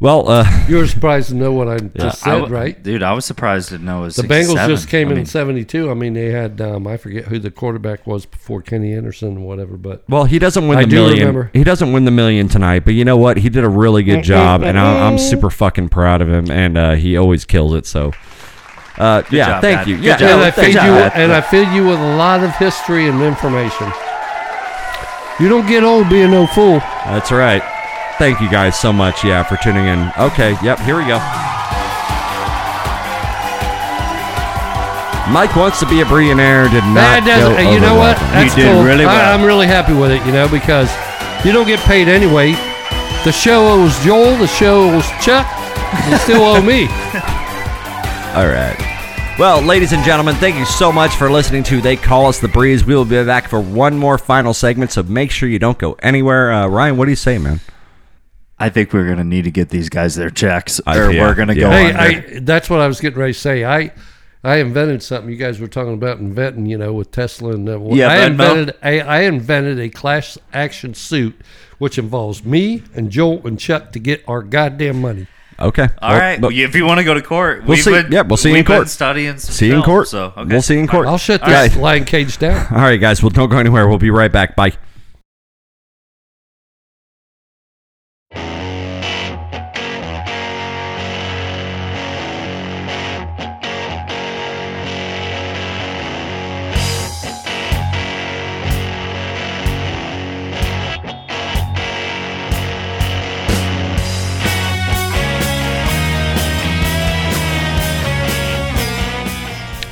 Well, uh,
you were surprised to know what I just
I
said,
w-
right?
Dude, I was surprised to know it was
The Bengals
67.
just came
I
in
mean,
'72. I mean, they had um, I forget who the quarterback was before Kenny Anderson, and whatever. But
well, he doesn't win
I
the
do
million.
remember.
He doesn't win the million tonight, but you know what? He did a really good job, and I, I'm super fucking proud of him. And uh, he always kills it. So, uh, yeah,
job,
thank
Dad.
you.
Good
yeah,
job.
no,
and I
thank
feed you
you.
and I feed you with a lot of history and information. You don't get old being no fool.
That's right. Thank you guys so much, yeah, for tuning in. Okay, yep, here we go. Mike wants to be a billionaire did
That
not
doesn't.
go
and you
over
know what?
well.
You did really well.
I, I'm really happy with it. You know because you don't get paid anyway. The show owes Joel. The show owes Chuck. You still owe me.
All right. Well, ladies and gentlemen, thank you so much for listening to They Call Us the Breeze. We will be back for one more final segment, so make sure you don't go anywhere. Uh, Ryan, what do you say, man?
I think we're going to need to get these guys their checks
I-
or
yeah,
we're going to
yeah.
go
Hey,
under.
I, that's what I was getting ready to say. I I invented something. You guys were talking about inventing, you know, with Tesla and uh,
Yeah,
I
Venmo.
invented a, I invented a class action suit, which involves me and Joel and Chuck to get our goddamn money.
Okay.
All right.
But,
if you want to go to court, we'll
see- yeah, we'll see you in
we've Been
court.
studying some
see you in
film,
court.
So okay.
We'll see you in court.
I'll shut
All
this
right.
lion cage down.
All right, guys. Well, don't go anywhere. We'll be right back. Bye.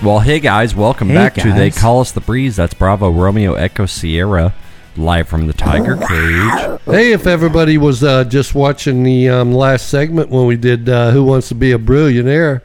Well, hey guys, welcome back to They Call Us the Breeze. That's Bravo Romeo Echo Sierra, live from the Tiger Cage.
Hey, if everybody was uh, just watching the um, last segment when we did uh, "Who Wants to Be a Billionaire,"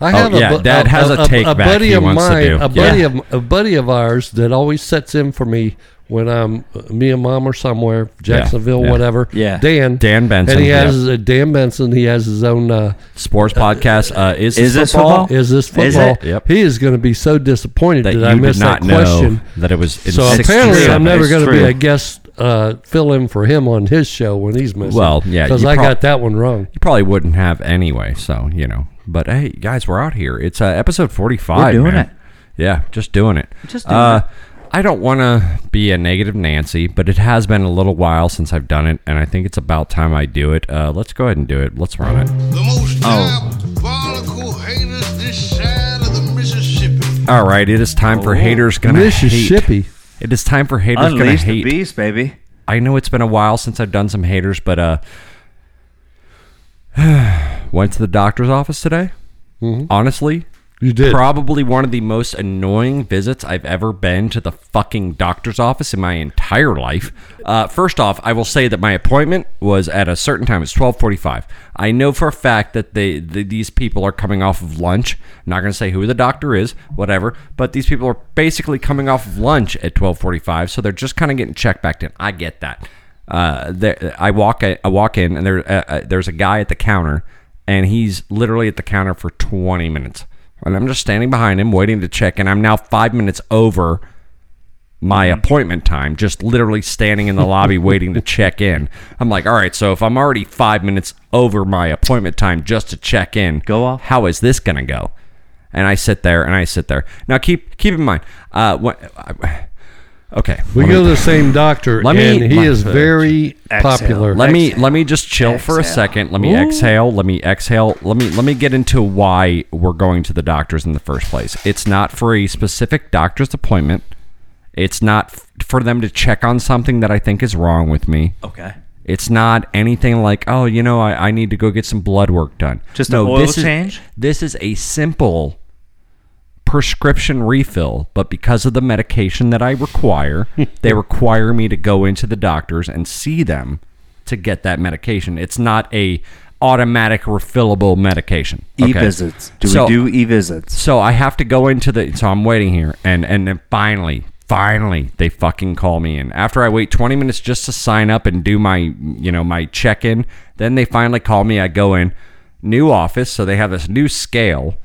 I have
Oh, yeah,
a, bu-
Dad has a take back
buddy
he
of
wants to
mine,
do.
a buddy
Yeah.
of a buddy of ours that always sets in for me when I'm me and mom are somewhere, Jacksonville,
yeah.
whatever.
Yeah.
Dan,
Dan Benson,
and he
yeah.
has his- uh, Dan Benson. He has his own. Uh,
Sports podcast. Uh, is
is this football?
is this football?
Oh, Is it?
Yep.
He is going to be so disappointed
that
that,
you
I
did
missed
not
that question.
know that it was? In
So apparently,
67.
I'm never
It's
going to be
true.
a guest uh, fill in for him on his show when he's missing.
Well, yeah,
because
you
I
prob-
got that one wrong.
You probably wouldn't have anyway. So you know, but hey, guys, we're out here. It's uh, episode 45.
We're doing
man.
it.
Yeah, just doing it.
Just doing
uh, I don't want to be a negative Nancy, but it has been a little while since I've done it, and I think it's about time I do it. Uh, let's go ahead and do it. Let's run it.
The most
Oh.
diabolical haters this side of the Mississippi.
All right, it is time
Oh,
for haters gonna hate.
Mississippi.
It is time for haters
Unleash
gonna
the
hate.
beast, baby.
I know it's been a while since I've done some haters, but uh, Went to the doctor's office today.
Mm-hmm.
Honestly,
You did.
probably one of the most annoying visits I've ever been to the fucking doctor's office in my entire life. Uh, first off, I will say that my appointment was at a certain time. It's twelve forty-five. I know for a fact that they, th- these people are coming off of lunch. I'm not going to say who the doctor is, whatever. But these people are basically coming off of lunch at twelve forty-five, so they're just kind of getting checked back in. I get that. Uh, there, I walk I walk in and there uh, uh, there's a guy at the counter and he's literally at the counter for 20 minutes and I'm just standing behind him waiting to check and I'm now 5 minutes over my appointment time just literally standing in the lobby waiting to check in. I'm like, "All right, so if I'm already 5 minutes over my appointment time just to check in,
Go off.
how is this going to go?" And I sit there and I sit there. Now keep keep in mind uh what I, okay.
we
let me-
go to the same doctor,
Let me
and
eat
he
my
is
food.
very popular.
Let me let me just chill for a second. Let me exhale. Let me exhale. Let me let me get into why we're going to the doctors in the first place. It's not for a specific doctor's appointment. It's not f- for them to check on something that I think is wrong with me.
Okay.
It's not anything like, oh, you know, I, I need to go get some blood work done.
Just
no,
an oil
this is-
change?
this is a simple prescription refill, but because of the medication that I require, they require me to go into the doctors and see them to get that medication. It's not a automatic refillable medication.
E visits. Do
So-
we do e visits?
so I have to go into the. So I'm waiting here, and and then finally, finally, they fucking call me in. After I wait 20 minutes just to sign up and do my, you know, my check in, then they finally call me. I go in, new office. So they have this new scale,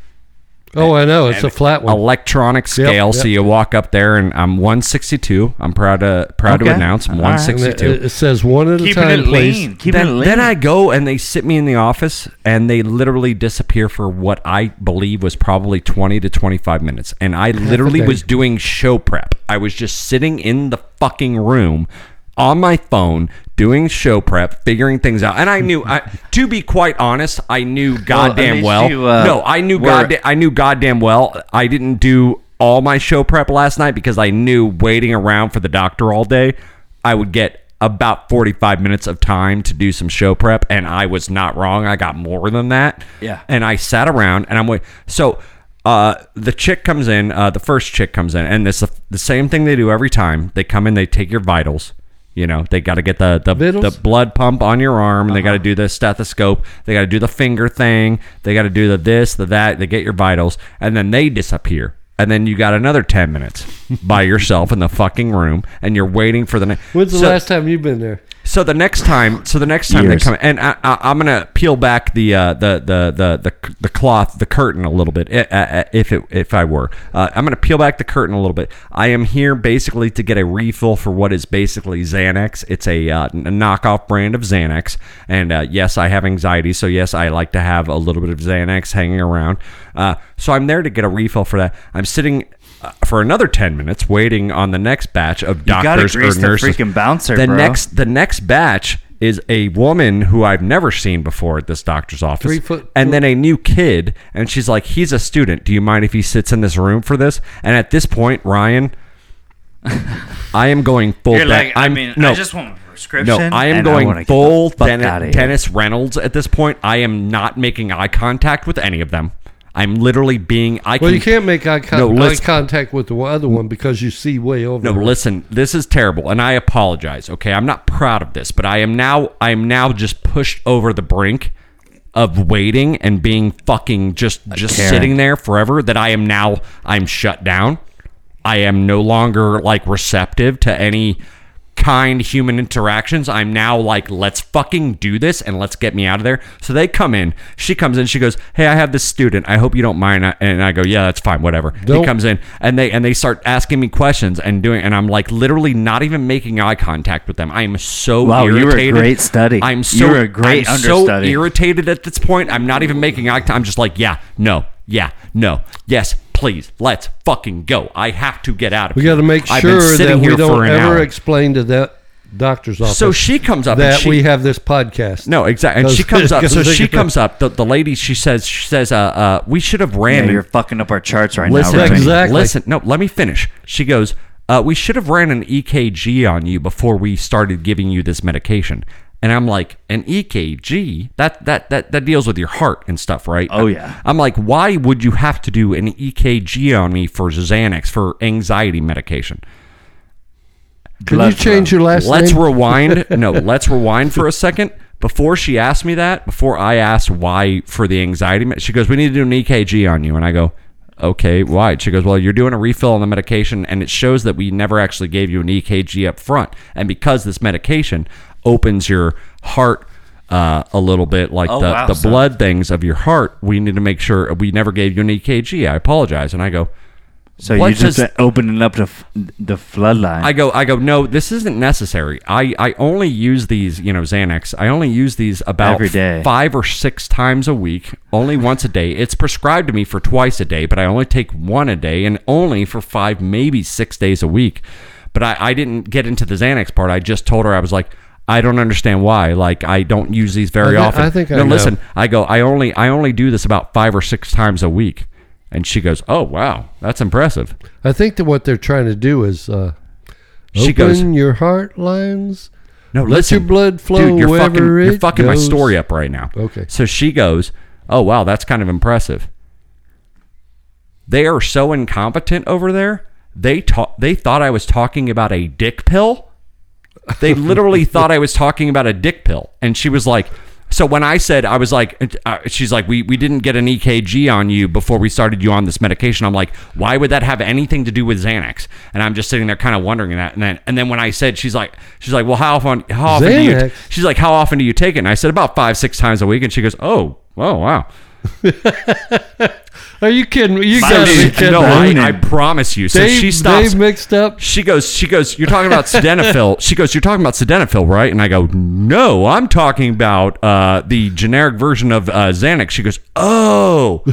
oh, I know. It's a flat one.
electronic scale. So
yep.
you walk up there, and I'm 162. I'm proud to proud to
Okay.
announce I'm
All right.
And uh, it,
162.
it says one at a
Keeping
time,
it
please.
lean. Keeping it
Then,
lean.
then I go and they sit me in the office and they literally disappear for what I believe was probably 20 to 25 minutes. And I literally
day.
was doing show prep. I was just sitting in the fucking room on my phone doing show prep, figuring things out. And I knew, I, to be quite honest, I knew goddamn
least
well.
you, uh,
no, I knew
were-
goddamn, I knew goddamn well I didn't do all my show prep last night because I knew waiting around for the doctor all day, I would get about 45 minutes of time to do some show prep and I was not wrong. I got more than that.
Yeah.
And I sat around and I'm wait. So uh, the chick comes in, uh, the first chick comes in, and it's the, the same thing they do every time. They come in, they take your vitals. You know, they got to get the the,
Vitals?
the blood pump on your arm. and
Uh-huh.
They got to do the stethoscope. They got to do the finger thing. They got to do the this, the that. They get your vitals, and then they disappear. And then you got another ten minutes by yourself in the fucking room, and you're waiting for the next.
When's the last time you've been there?
So the next time, so the next time they
Years.
come, and I, I, I'm gonna peel back the, uh, the the the the the cloth, the curtain a little bit. i- i- If it, if I were, uh, I'm gonna peel back the curtain a little bit. I am here basically to get a refill for what is basically Xanax. It's a, uh, n- knockoff brand of Xanax, and uh, yes, I have anxiety, so yes, I like to have a little bit of Xanax hanging around. Uh, so I'm there to get a refill for that. I'm sitting. uh, For another ten minutes, waiting on the next batch of
You gotta
doctors or
grease the
nurses.
freaking bouncer,
The
bro.
next the next batch is a woman who I've never seen before at this doctor's office.
Three foot-
and then a new kid, and she's like, "He's a student. Do you mind if he sits in this room for this?" And at this point, Ryan, I am going full.
You're
Ben-
like, i
I'm-
mean,
no,
I just want a
no,
prescription.
I am
and
going
wanna get
full
the fuck
Den-
outta here.
Dennis Reynolds at this point. I am not making eye contact with any of them. I'm literally being. I
Well,
can,
you can't make eye, con-
No,
eye
let's-
contact with the other one because you see way over.
No,
her.
listen, this is terrible, and I apologize. Okay, I'm not proud of this, but I am now. I am now just pushed over the brink of waiting and being fucking just just
Karen.
sitting there forever. That I am now. I'm shut down. I am no longer like receptive to any kind human interactions. I'm now like, let's fucking do this and let's get me out of there. So they come in. She comes in. She goes, "Hey, I have this student. I hope you don't mind." And I go, "Yeah, that's fine. Whatever."
Nope.
He comes in and they and they start asking me questions and doing and I'm like literally not even making eye contact with them. I am so
Wow, you were a
irritated.
great study.
I'm so
You were a great
I'm
understudy.
so irritated at this point. I'm not even making eye contact. I'm just like, yeah, no, yeah, no, yes, please, let's fucking go. I have to get out of
we
here.
got to make
I've been
sure
sitting
that we
here
don't
for an
ever
hour.
explain to that doctor's office.
so she comes up and
that
she,
we have this podcast.
no, exactly. And she
'Cause-
comes up. So
'cause they-
she comes up. The, the lady, she says, she says, uh, uh, we should have ran.
Yeah,
and
you're fucking up our charts right
Listen,
now. Remy.
Exactly.
listen. No, let me finish. She goes, E uh, "We should have ran an EKG on you before we started giving you this medication." And And I'm like, an EKG that that that that deals with your heart and stuff, right?
Oh, yeah.
I'm like, why would you have to do an EKG on me for Xanax for anxiety medication?
Can
Blood
you change
flow.
your last
let's
name?
rewind. No, let's rewind for a second. Before she asked me that, before I asked why for the anxiety, med- she goes, "We need to do an EKG on you," and I go, "Okay, why?" She goes, "Well, you're doing a refill on the medication, and it shows that we never actually gave you an EKG up front, and because this medication opens your heart." Uh, a little bit like
Oh,
the,
wow,
the
son.
blood things of your heart. We need to make sure we never gave you an EKG. I apologize. And I go,
So
What
you just
does-
opening up the f- the floodline.
I go, I go, no, this isn't necessary. I, I only use these, you know, Xanax. I only use these about
Every day.
five or six times a week, only once a day. It's prescribed to me for twice a day, but I only take one a day and only for five, maybe six days a week. But I, I didn't get into the Xanax part. I just told her, I was like, I don't understand why. Like, I don't use these very
I thi-
often.
I think I
no,
know.
listen, I go, I only, I only do this about five or six times a week. And she goes, Oh, wow, that's impressive.
I think that what they're trying to do is uh,
She
open
goes-
your heart lines.
No,
Let
listen,
your blood flow
dude. You're
wherever
fucking, you're
it
fucking my
goes.
story up right now.
Okay.
So she goes, "Oh wow, that's kind of impressive." They are so incompetent over there. They ta- They thought I was talking about a dick pill. They literally thought I was talking about a dick pill, and she was like. So when I said I was like, uh, she's like, we, we didn't get an EKG on you before we started you on this medication. I'm like, why would that have anything to do with Xanax? And I'm just sitting there kind of wondering that. And then and then when I said, she's like, she's like, well, how often how often do you?
Xanax?
She's like, how often do you take it? And I said about five six times a week. And she goes, oh, oh wow.
Are you kidding? me? You
So
got to
she,
be kidding.
no,
me.
I, I promise you. So
they,
she
they
stops.
mixed up.
She goes, she goes, you're talking about sildenafil. She goes, you're talking about sildenafil, right? And I go, no, I'm talking about uh, the generic version of uh, Xanax. She goes, oh,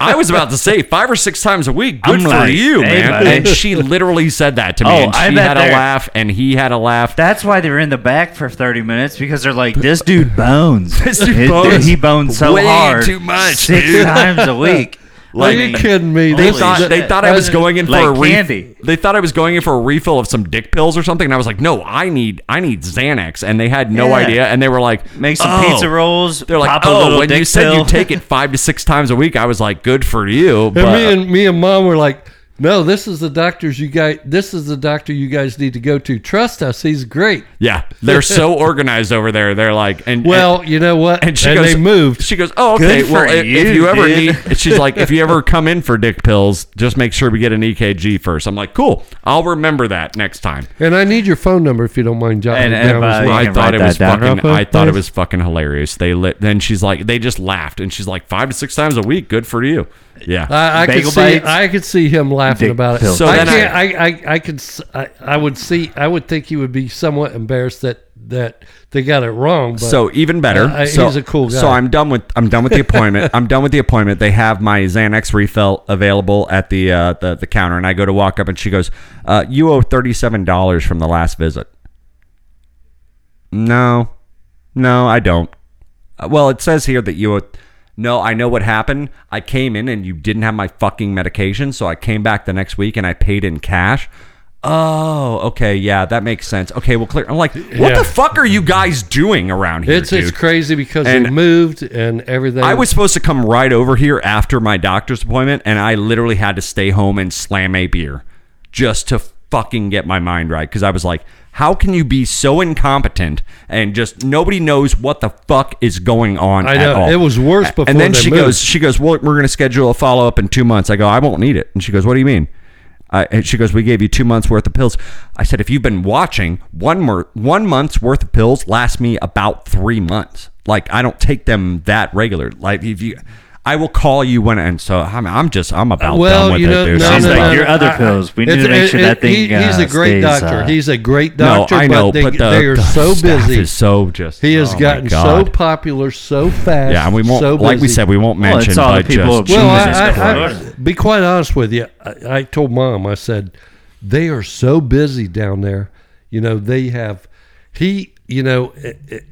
I was about to say five or six times a week. Good
I'm
for
like,
you,
hey,
man.
buddy.
And she literally said that to me.
Oh,
and she
I bet
had a
they're-
laugh, and he had a laugh.
That's why they're in the back for 30 minutes because they're like, this dude bones.
This dude
His-
bones
He bones so
way
hard.
too much,
Six
dude.
times a week.
Are
Like,
you kidding me?
They
Holy
thought
shit.
they thought I was going in for
Like
a ref-
candy.
They thought I was going in for a refill of some dick pills or something, and I was like, "No, I need I need Xanax," and they had no
Yeah.
idea, and they were like,
Make some
"Oh."
pizza rolls.
They're like,
pop a
"Oh,
little
when
dick
you said
pill.
you take it five to six times a week, I was like, good for you." But
And me and me and mom were like, "No, this is the doctor's you guys. This is the doctor you guys need to go to. Trust us, he's great."
yeah, they're so organized over there. They're like, and
Well, you know what?
and, and she goes,
they moved.
She goes, "Oh, okay.
Good
well,
for
if
you,
if you ever
dude."
need, she's like, if you ever come in for dick pills, just make sure we get an EKG first. I'm like, cool. I'll remember that next time.
and I need your phone number if you don't mind jotting
And
it down.
if, uh,
as well.
you
I
can
thought
write
it
that
was
down real
fucking.
quick,
I thought it
please.
was fucking hilarious. They lit. Then she's like, they just laughed, and she's like, five to six times a week. Good for you. Yeah.
I, I could
Bagel
see
bites.
I could see him laughing
Dick
about it.
pills.
So
I
then I-
can't. I, I, I could. s- I, I would see. I would think he would be somewhat embarrassed that that they got it wrong. But
so even better.
Uh, I-
so,
he's a cool guy.
So I'm done with I'm done with the appointment. I'm done with the appointment. They have my Xanax refill available at the uh, the the counter, and I go to walk up, and she goes, uh, "You owe thirty seven dollars from the last visit." No, no, I don't. Uh, Well, it says here that you. owe- No, I know what happened. I came in and you didn't have my fucking medication, so I came back the next week and I paid in cash. Oh, okay, yeah, that makes sense. Okay, well, clear. I'm like, what
Yeah.
the fuck are you guys doing around here?
it's it's
dude?
crazy because they
And-
moved and everything.
I was supposed to come right over here after my doctor's appointment, and I literally had to stay home and slam a beer just to fucking get my mind right. Because I was like, how can you be so incompetent and just nobody knows what the fuck is going on?
I
At
know.
all.
It was worse
A-
before
And then
they
she
moved.
goes, she goes, well, we're going to schedule a follow up in two months. I go, I won't need it. And she goes, what do you mean? I, and she goes, we gave you two months worth of pills. I said, if you've been watching, one more one month's worth of pills lasts me about three months. Like I don't take them that regular. Like if you, I will call you when. And so I'm, I'm just, I'm about done
well,
with
you know,
it, dude.
no,
I'm
She's
no,
like,
like,
no,
"Your
no,
other
I-
pills. We need
it's-
to make sure
it-
that
it-
thing,
he- He's
uh,
a great
stays,
doctor.
uh,
he's a great
no,
doctor.
I know,
but they,
but the,
they are
the
so
staff
busy.
is so just.
he has
oh my
gotten so
God.
popular so fast.
Yeah, and we won't.
so
like we
busy.
said, we won't
Well,
mention.
it's all the
but
people-
just,
Well,
Well,
Jesus
I, I, I,
Christ.
be quite honest with you. I, I told mom, I said, they are so busy down there. You know, they have, he, you know, it- it-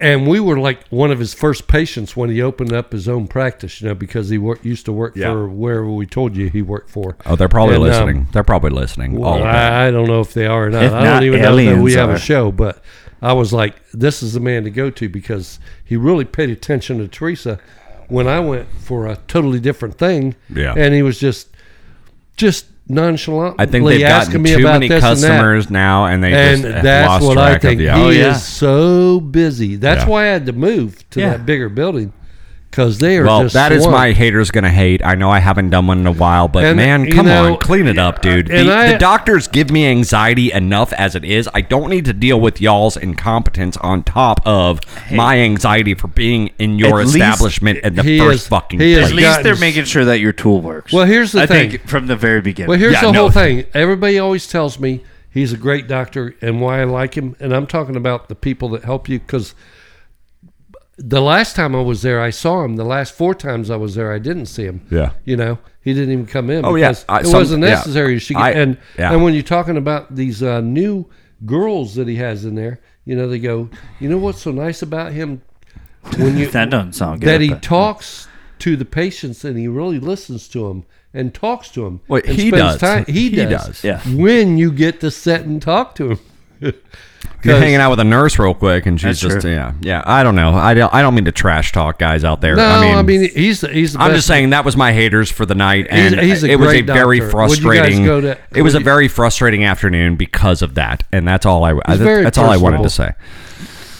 and we were like one of his first patients when he opened up his own practice, you know, because he work, used to work
Yeah.
for wherever we told you he worked for.
Oh, they're probably
And, um,
listening. they're probably listening. all
well,
of them.
I, I don't know if they are or not.
If
I
not,
don't even know that
aliens
we have
are.
a show, but I was like, this is the man to go to because he really paid attention to Teresa when I went for a totally different thing.
Yeah.
And he was just just nonchalantly
I think they've
asking
gotten
me
too
about
many
this and that
customers now, and they
and
just have
that's
lost
what
track
I think.
of
He
the hours.
yeah.
is so busy. That's
Yeah.
why I had to move to
Yeah.
that bigger building because they are.
Well,
just
that is my
swamped.
haters gonna hate. I know I haven't done one in a while, but
And,
man,
you
come
know,
on, clean it up, dude.
and
The,
I-
the doctors give me anxiety enough as it is. I don't need to deal with y'all's incompetence on top of my anxiety for being in your
At least-
establishment at the
He
first
is-
fucking
he is
place.
At least
gotten-
they're making sure that your tool works.
Well, here's the
I
thing.
think from the very beginning.
Well, here's
Yeah,
the
no,
whole thing. Everybody always tells me he's a great doctor and why I like him. And I'm talking about the people that help you because the last time I was there, I saw him. The last four times I was there, I didn't see him.
Yeah.
You know, he didn't even come in.
Oh, yeah.
because
I-
it
some-
wasn't
yeah.
necessary. She
I-
and
yeah.
and when you're talking about these uh, new girls that he has in there, you know, they go, you know what's so nice about him when you
That doesn't sound good.
that he
but-
talks to the patients and he really listens to them and talks to them.
Well,
and
he
spends
does.
Time, he,
He
does.
does.
Yeah.
When you get to sit and talk to him.
You're hanging out with a nurse real quick, and she's
That's
just
true.
yeah, yeah. I don't know. I don't, I don't mean to trash talk guys out there.
No,
Er, I mean, I
he's the, he's the
am
best.
just saying that was my haters for the night,
He's-
and
he's a
it was a
great
very
doctor. Would you guys
frustrating.
go to-
it was a
would you-
very frustrating afternoon because of that, and that's all I. I-
very
that's all I wanted to say.
personable.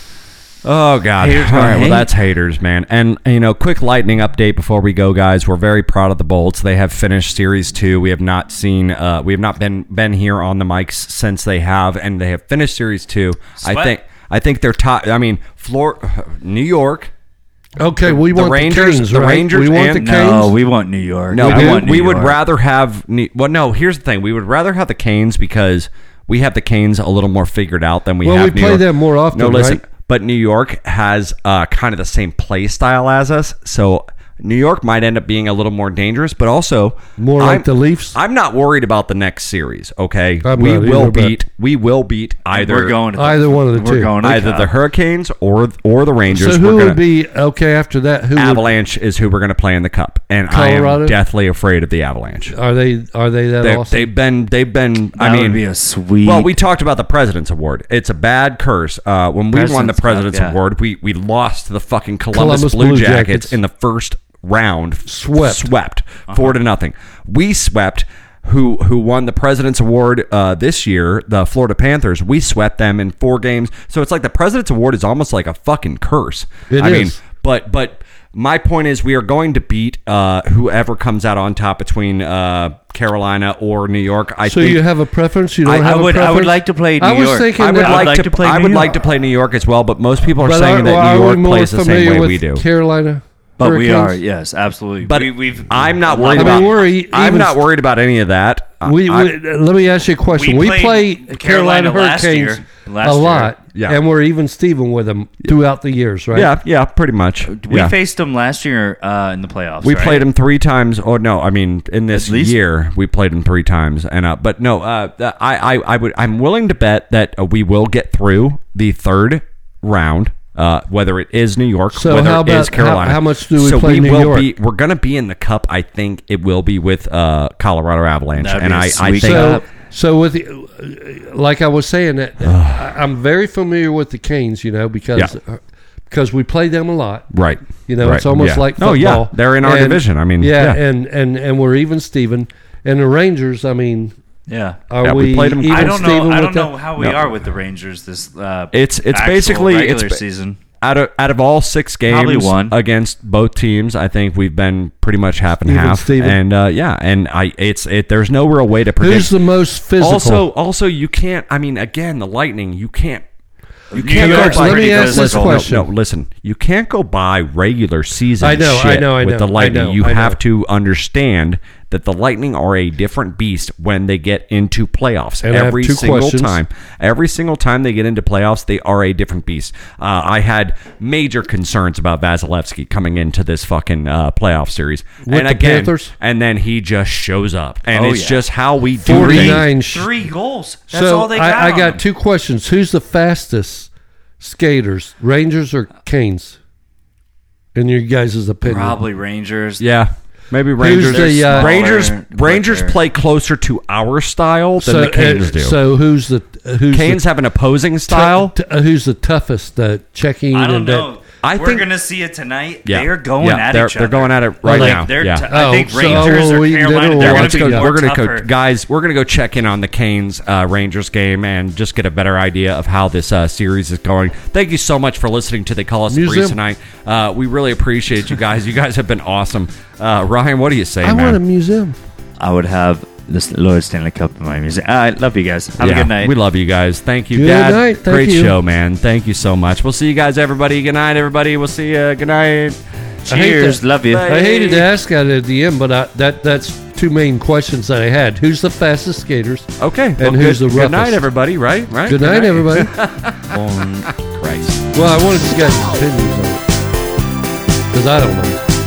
Oh God!
Haters
all
gonna
right, well
hate.
that's haters, man. And you know, quick lightning update before we go, guys. We're very proud of the Bolts. They have finished series two. We have not seen, uh, we have not been been here on the mics since they have, and they have finished series two. I
Sweat.
think I think they're top. I mean, Flor- New York.
okay, we
the
want
Rangers-
the Canes,
the
right?
Rangers
we want
and- uh,
the Canes.
No, we want New York.
No,
I
we,
want New
we would
York.
rather have. Ne- Well, no. Here's the thing: we would rather have the Canes because we have the Canes a little more figured out than we
Well,
have.
we
New
play
York.
them more often,
No, listen.
right?
But New York has uh, kind of the same play style as us, so New York might end up being a little more dangerous. But also,
More like
I'm-
the Leafs?
I'm not worried about the next series. Okay,
I'm
we
not either,
will
but-
beat. We will beat either.
We're going to the-
Either one of the
we're
two.
Going to
Either the
Cubs.
Hurricanes or or the Rangers.
so
We're
who
gonna-
would be okay after that? Who would,
Avalanche is who we're going to play in the Cup, and I
Colorado?
am deathly afraid of the Avalanche.
are they? Are they that
They,
awesome?
They've been. They've been.
That
I
would
mean,
be a sweet.
well, we talked about the President's Award. It's a bad curse. Uh, when we won the
President's Cup,
President's
yeah.
Award, we we lost to the fucking Columbus,
Columbus
Blue,
Blue
Jackets,
Jackets.
in the first round.
Swept.
Swept.
Uh-huh.
Four to nothing. We swept. Who, who won the President's Award uh, this year, the Florida Panthers? We swept them in four games. So it's like the President's Award is almost like a fucking curse.
It
I
is.
mean, but but my point is, we are going to beat uh, whoever comes out on top between uh, Carolina or New York. I
so
think
you have a preference? You don't
I- I
have
I
a
would.
preference?
I would like to play New
I was
York.
thinking
I would
that-
like, to, play. I
New
would
York.
like to play New York as well, but most people are
But
saying
are,
that
are
New
we
York
more
plays the same
familiar
way
with
we do.
Carolina,
But we are.
Hurricanes?
Yes, absolutely.
But
we, we've.
I'm not
I
worried
mean,
about.
we're e-
I'm
even-
not worried about any of that. I-
We,
I-
we, let me ask you a question.
We
We, play
played Carolina
Carolina,
last
Hurricanes
year- last
a
year.
lot,
Yeah.
and we're even Steven with them throughout the years, right?
yeah, yeah, pretty much.
We
yeah.
faced them last year uh, in the playoffs.
We
right?
played him three times. Oh no, I mean in this
At least-
year we played him three times. And uh, but no, uh, I, I I would I'm willing to bet that uh, we will get through the third round. Uh, whether it is New York,
So
whether
how
it is
about-
Carolina,
how- how much do we
so we
play New
will
York?
Be, we're gonna be in the cup. I think it will be with uh, Colorado Avalanche,
That'd be
and
a
I, I
sweet
think
cup.
So, so with the, like I was saying that I- I'm very familiar with the Canes, you know, because
Yeah.
because we play them a lot.
right.
You know,
right,
it's almost
yeah.
like
oh
football.
yeah, they're in our
And-
division. I mean,
yeah,
yeah,
and and and we're even Steven and the Rangers. I mean,
Yeah.
are
Yeah, we
Uh, we,
played 'em-
even
I
I don't
Steven
know. I
with
don't
them?
know how we
No.
are with the Rangers this. Uh,
It's- it's
actual
basically- it's
regular
ba-
season.
out of out of all six
Probably
games
one.
against both teams, I think we've been pretty much half and
Even
half.
Steven.
And uh, yeah, and I it's it. There's no real way to predict.
Who's the most physical?
also also you can't. I mean, again, the Lightning. You can't. You
New
can't
York's
go by.
Let me
pretty
ask this
physical.
No,
question.
no, listen. You can't go by regular season
I know, I
shit
know, I
with the
know, I
Lightning.
know,
you
I
have
know.
to understand that the Lightning are a different beast when they get into playoffs.
And I have
every
two
single
questions.
time, every single time they get into playoffs, they are a different beast. Uh, I had major concerns about Vasilevsky coming into this fucking uh, playoff series, and
the
again,
Panthers?
and then he just shows up, and
Oh,
it's
yeah.
just how we do things.
49 sh-
Three goals. That's
so
all they got.
I, I
on
got
them.
two questions. Who's the fastest skaters, Rangers or Canes? In your guys' opinion,
Probably Rangers.
Yeah. Maybe Rangers.
the, uh,
Rangers.
Smaller,
Rangers
quicker.
play closer to our style than
so,
the Canes
uh,
do.
so who's the who's
Canes
the
have an opposing
tou-
style.
t- uh, who's the toughest? The checking.
I don't
and uh, that-
know.
I
We're
think-
gonna see it tonight.
Yeah.
They're going
Yeah,
at
they're,
each
they're
other.
going at it right
Like,
now.
They're
yeah.
t- I think
Oh, so
Rangers or
we can do
Carolina.
it.
They're
Yeah,
going
let's
to
go.
be more
We're gonna
tougher.
go, guys. We're gonna go check in on the Canes uh, Rangers game and just get a better idea of how this uh, series is going. Thank you so much for listening to the Call Us Breeze
Museum.
tonight. Uh, we really appreciate you guys. You guys have been awesome. Uh, Ryan, what do you say,
I want a
man?
museum.
I would have this Lloyd Stanley Cup in my music. I love you guys. Have
Yeah,
a good night.
We love you guys. Thank you,
Good
Dad.
night. Thank
Great
you.
show, man. Thank you so much. We'll see you guys, everybody. Good night, everybody. We'll see you. Good night.
Cheers.
that.
Love you.
Bye.
I hated to ask that at the end, but I, that that's two main questions that I had. Who's the fastest skaters?
Okay. And
who's
good,
the
Good night,
roughest?
everybody. Right. Right.
Good night, everybody.
Christ.
well, I want to discuss opinions on it because I don't know.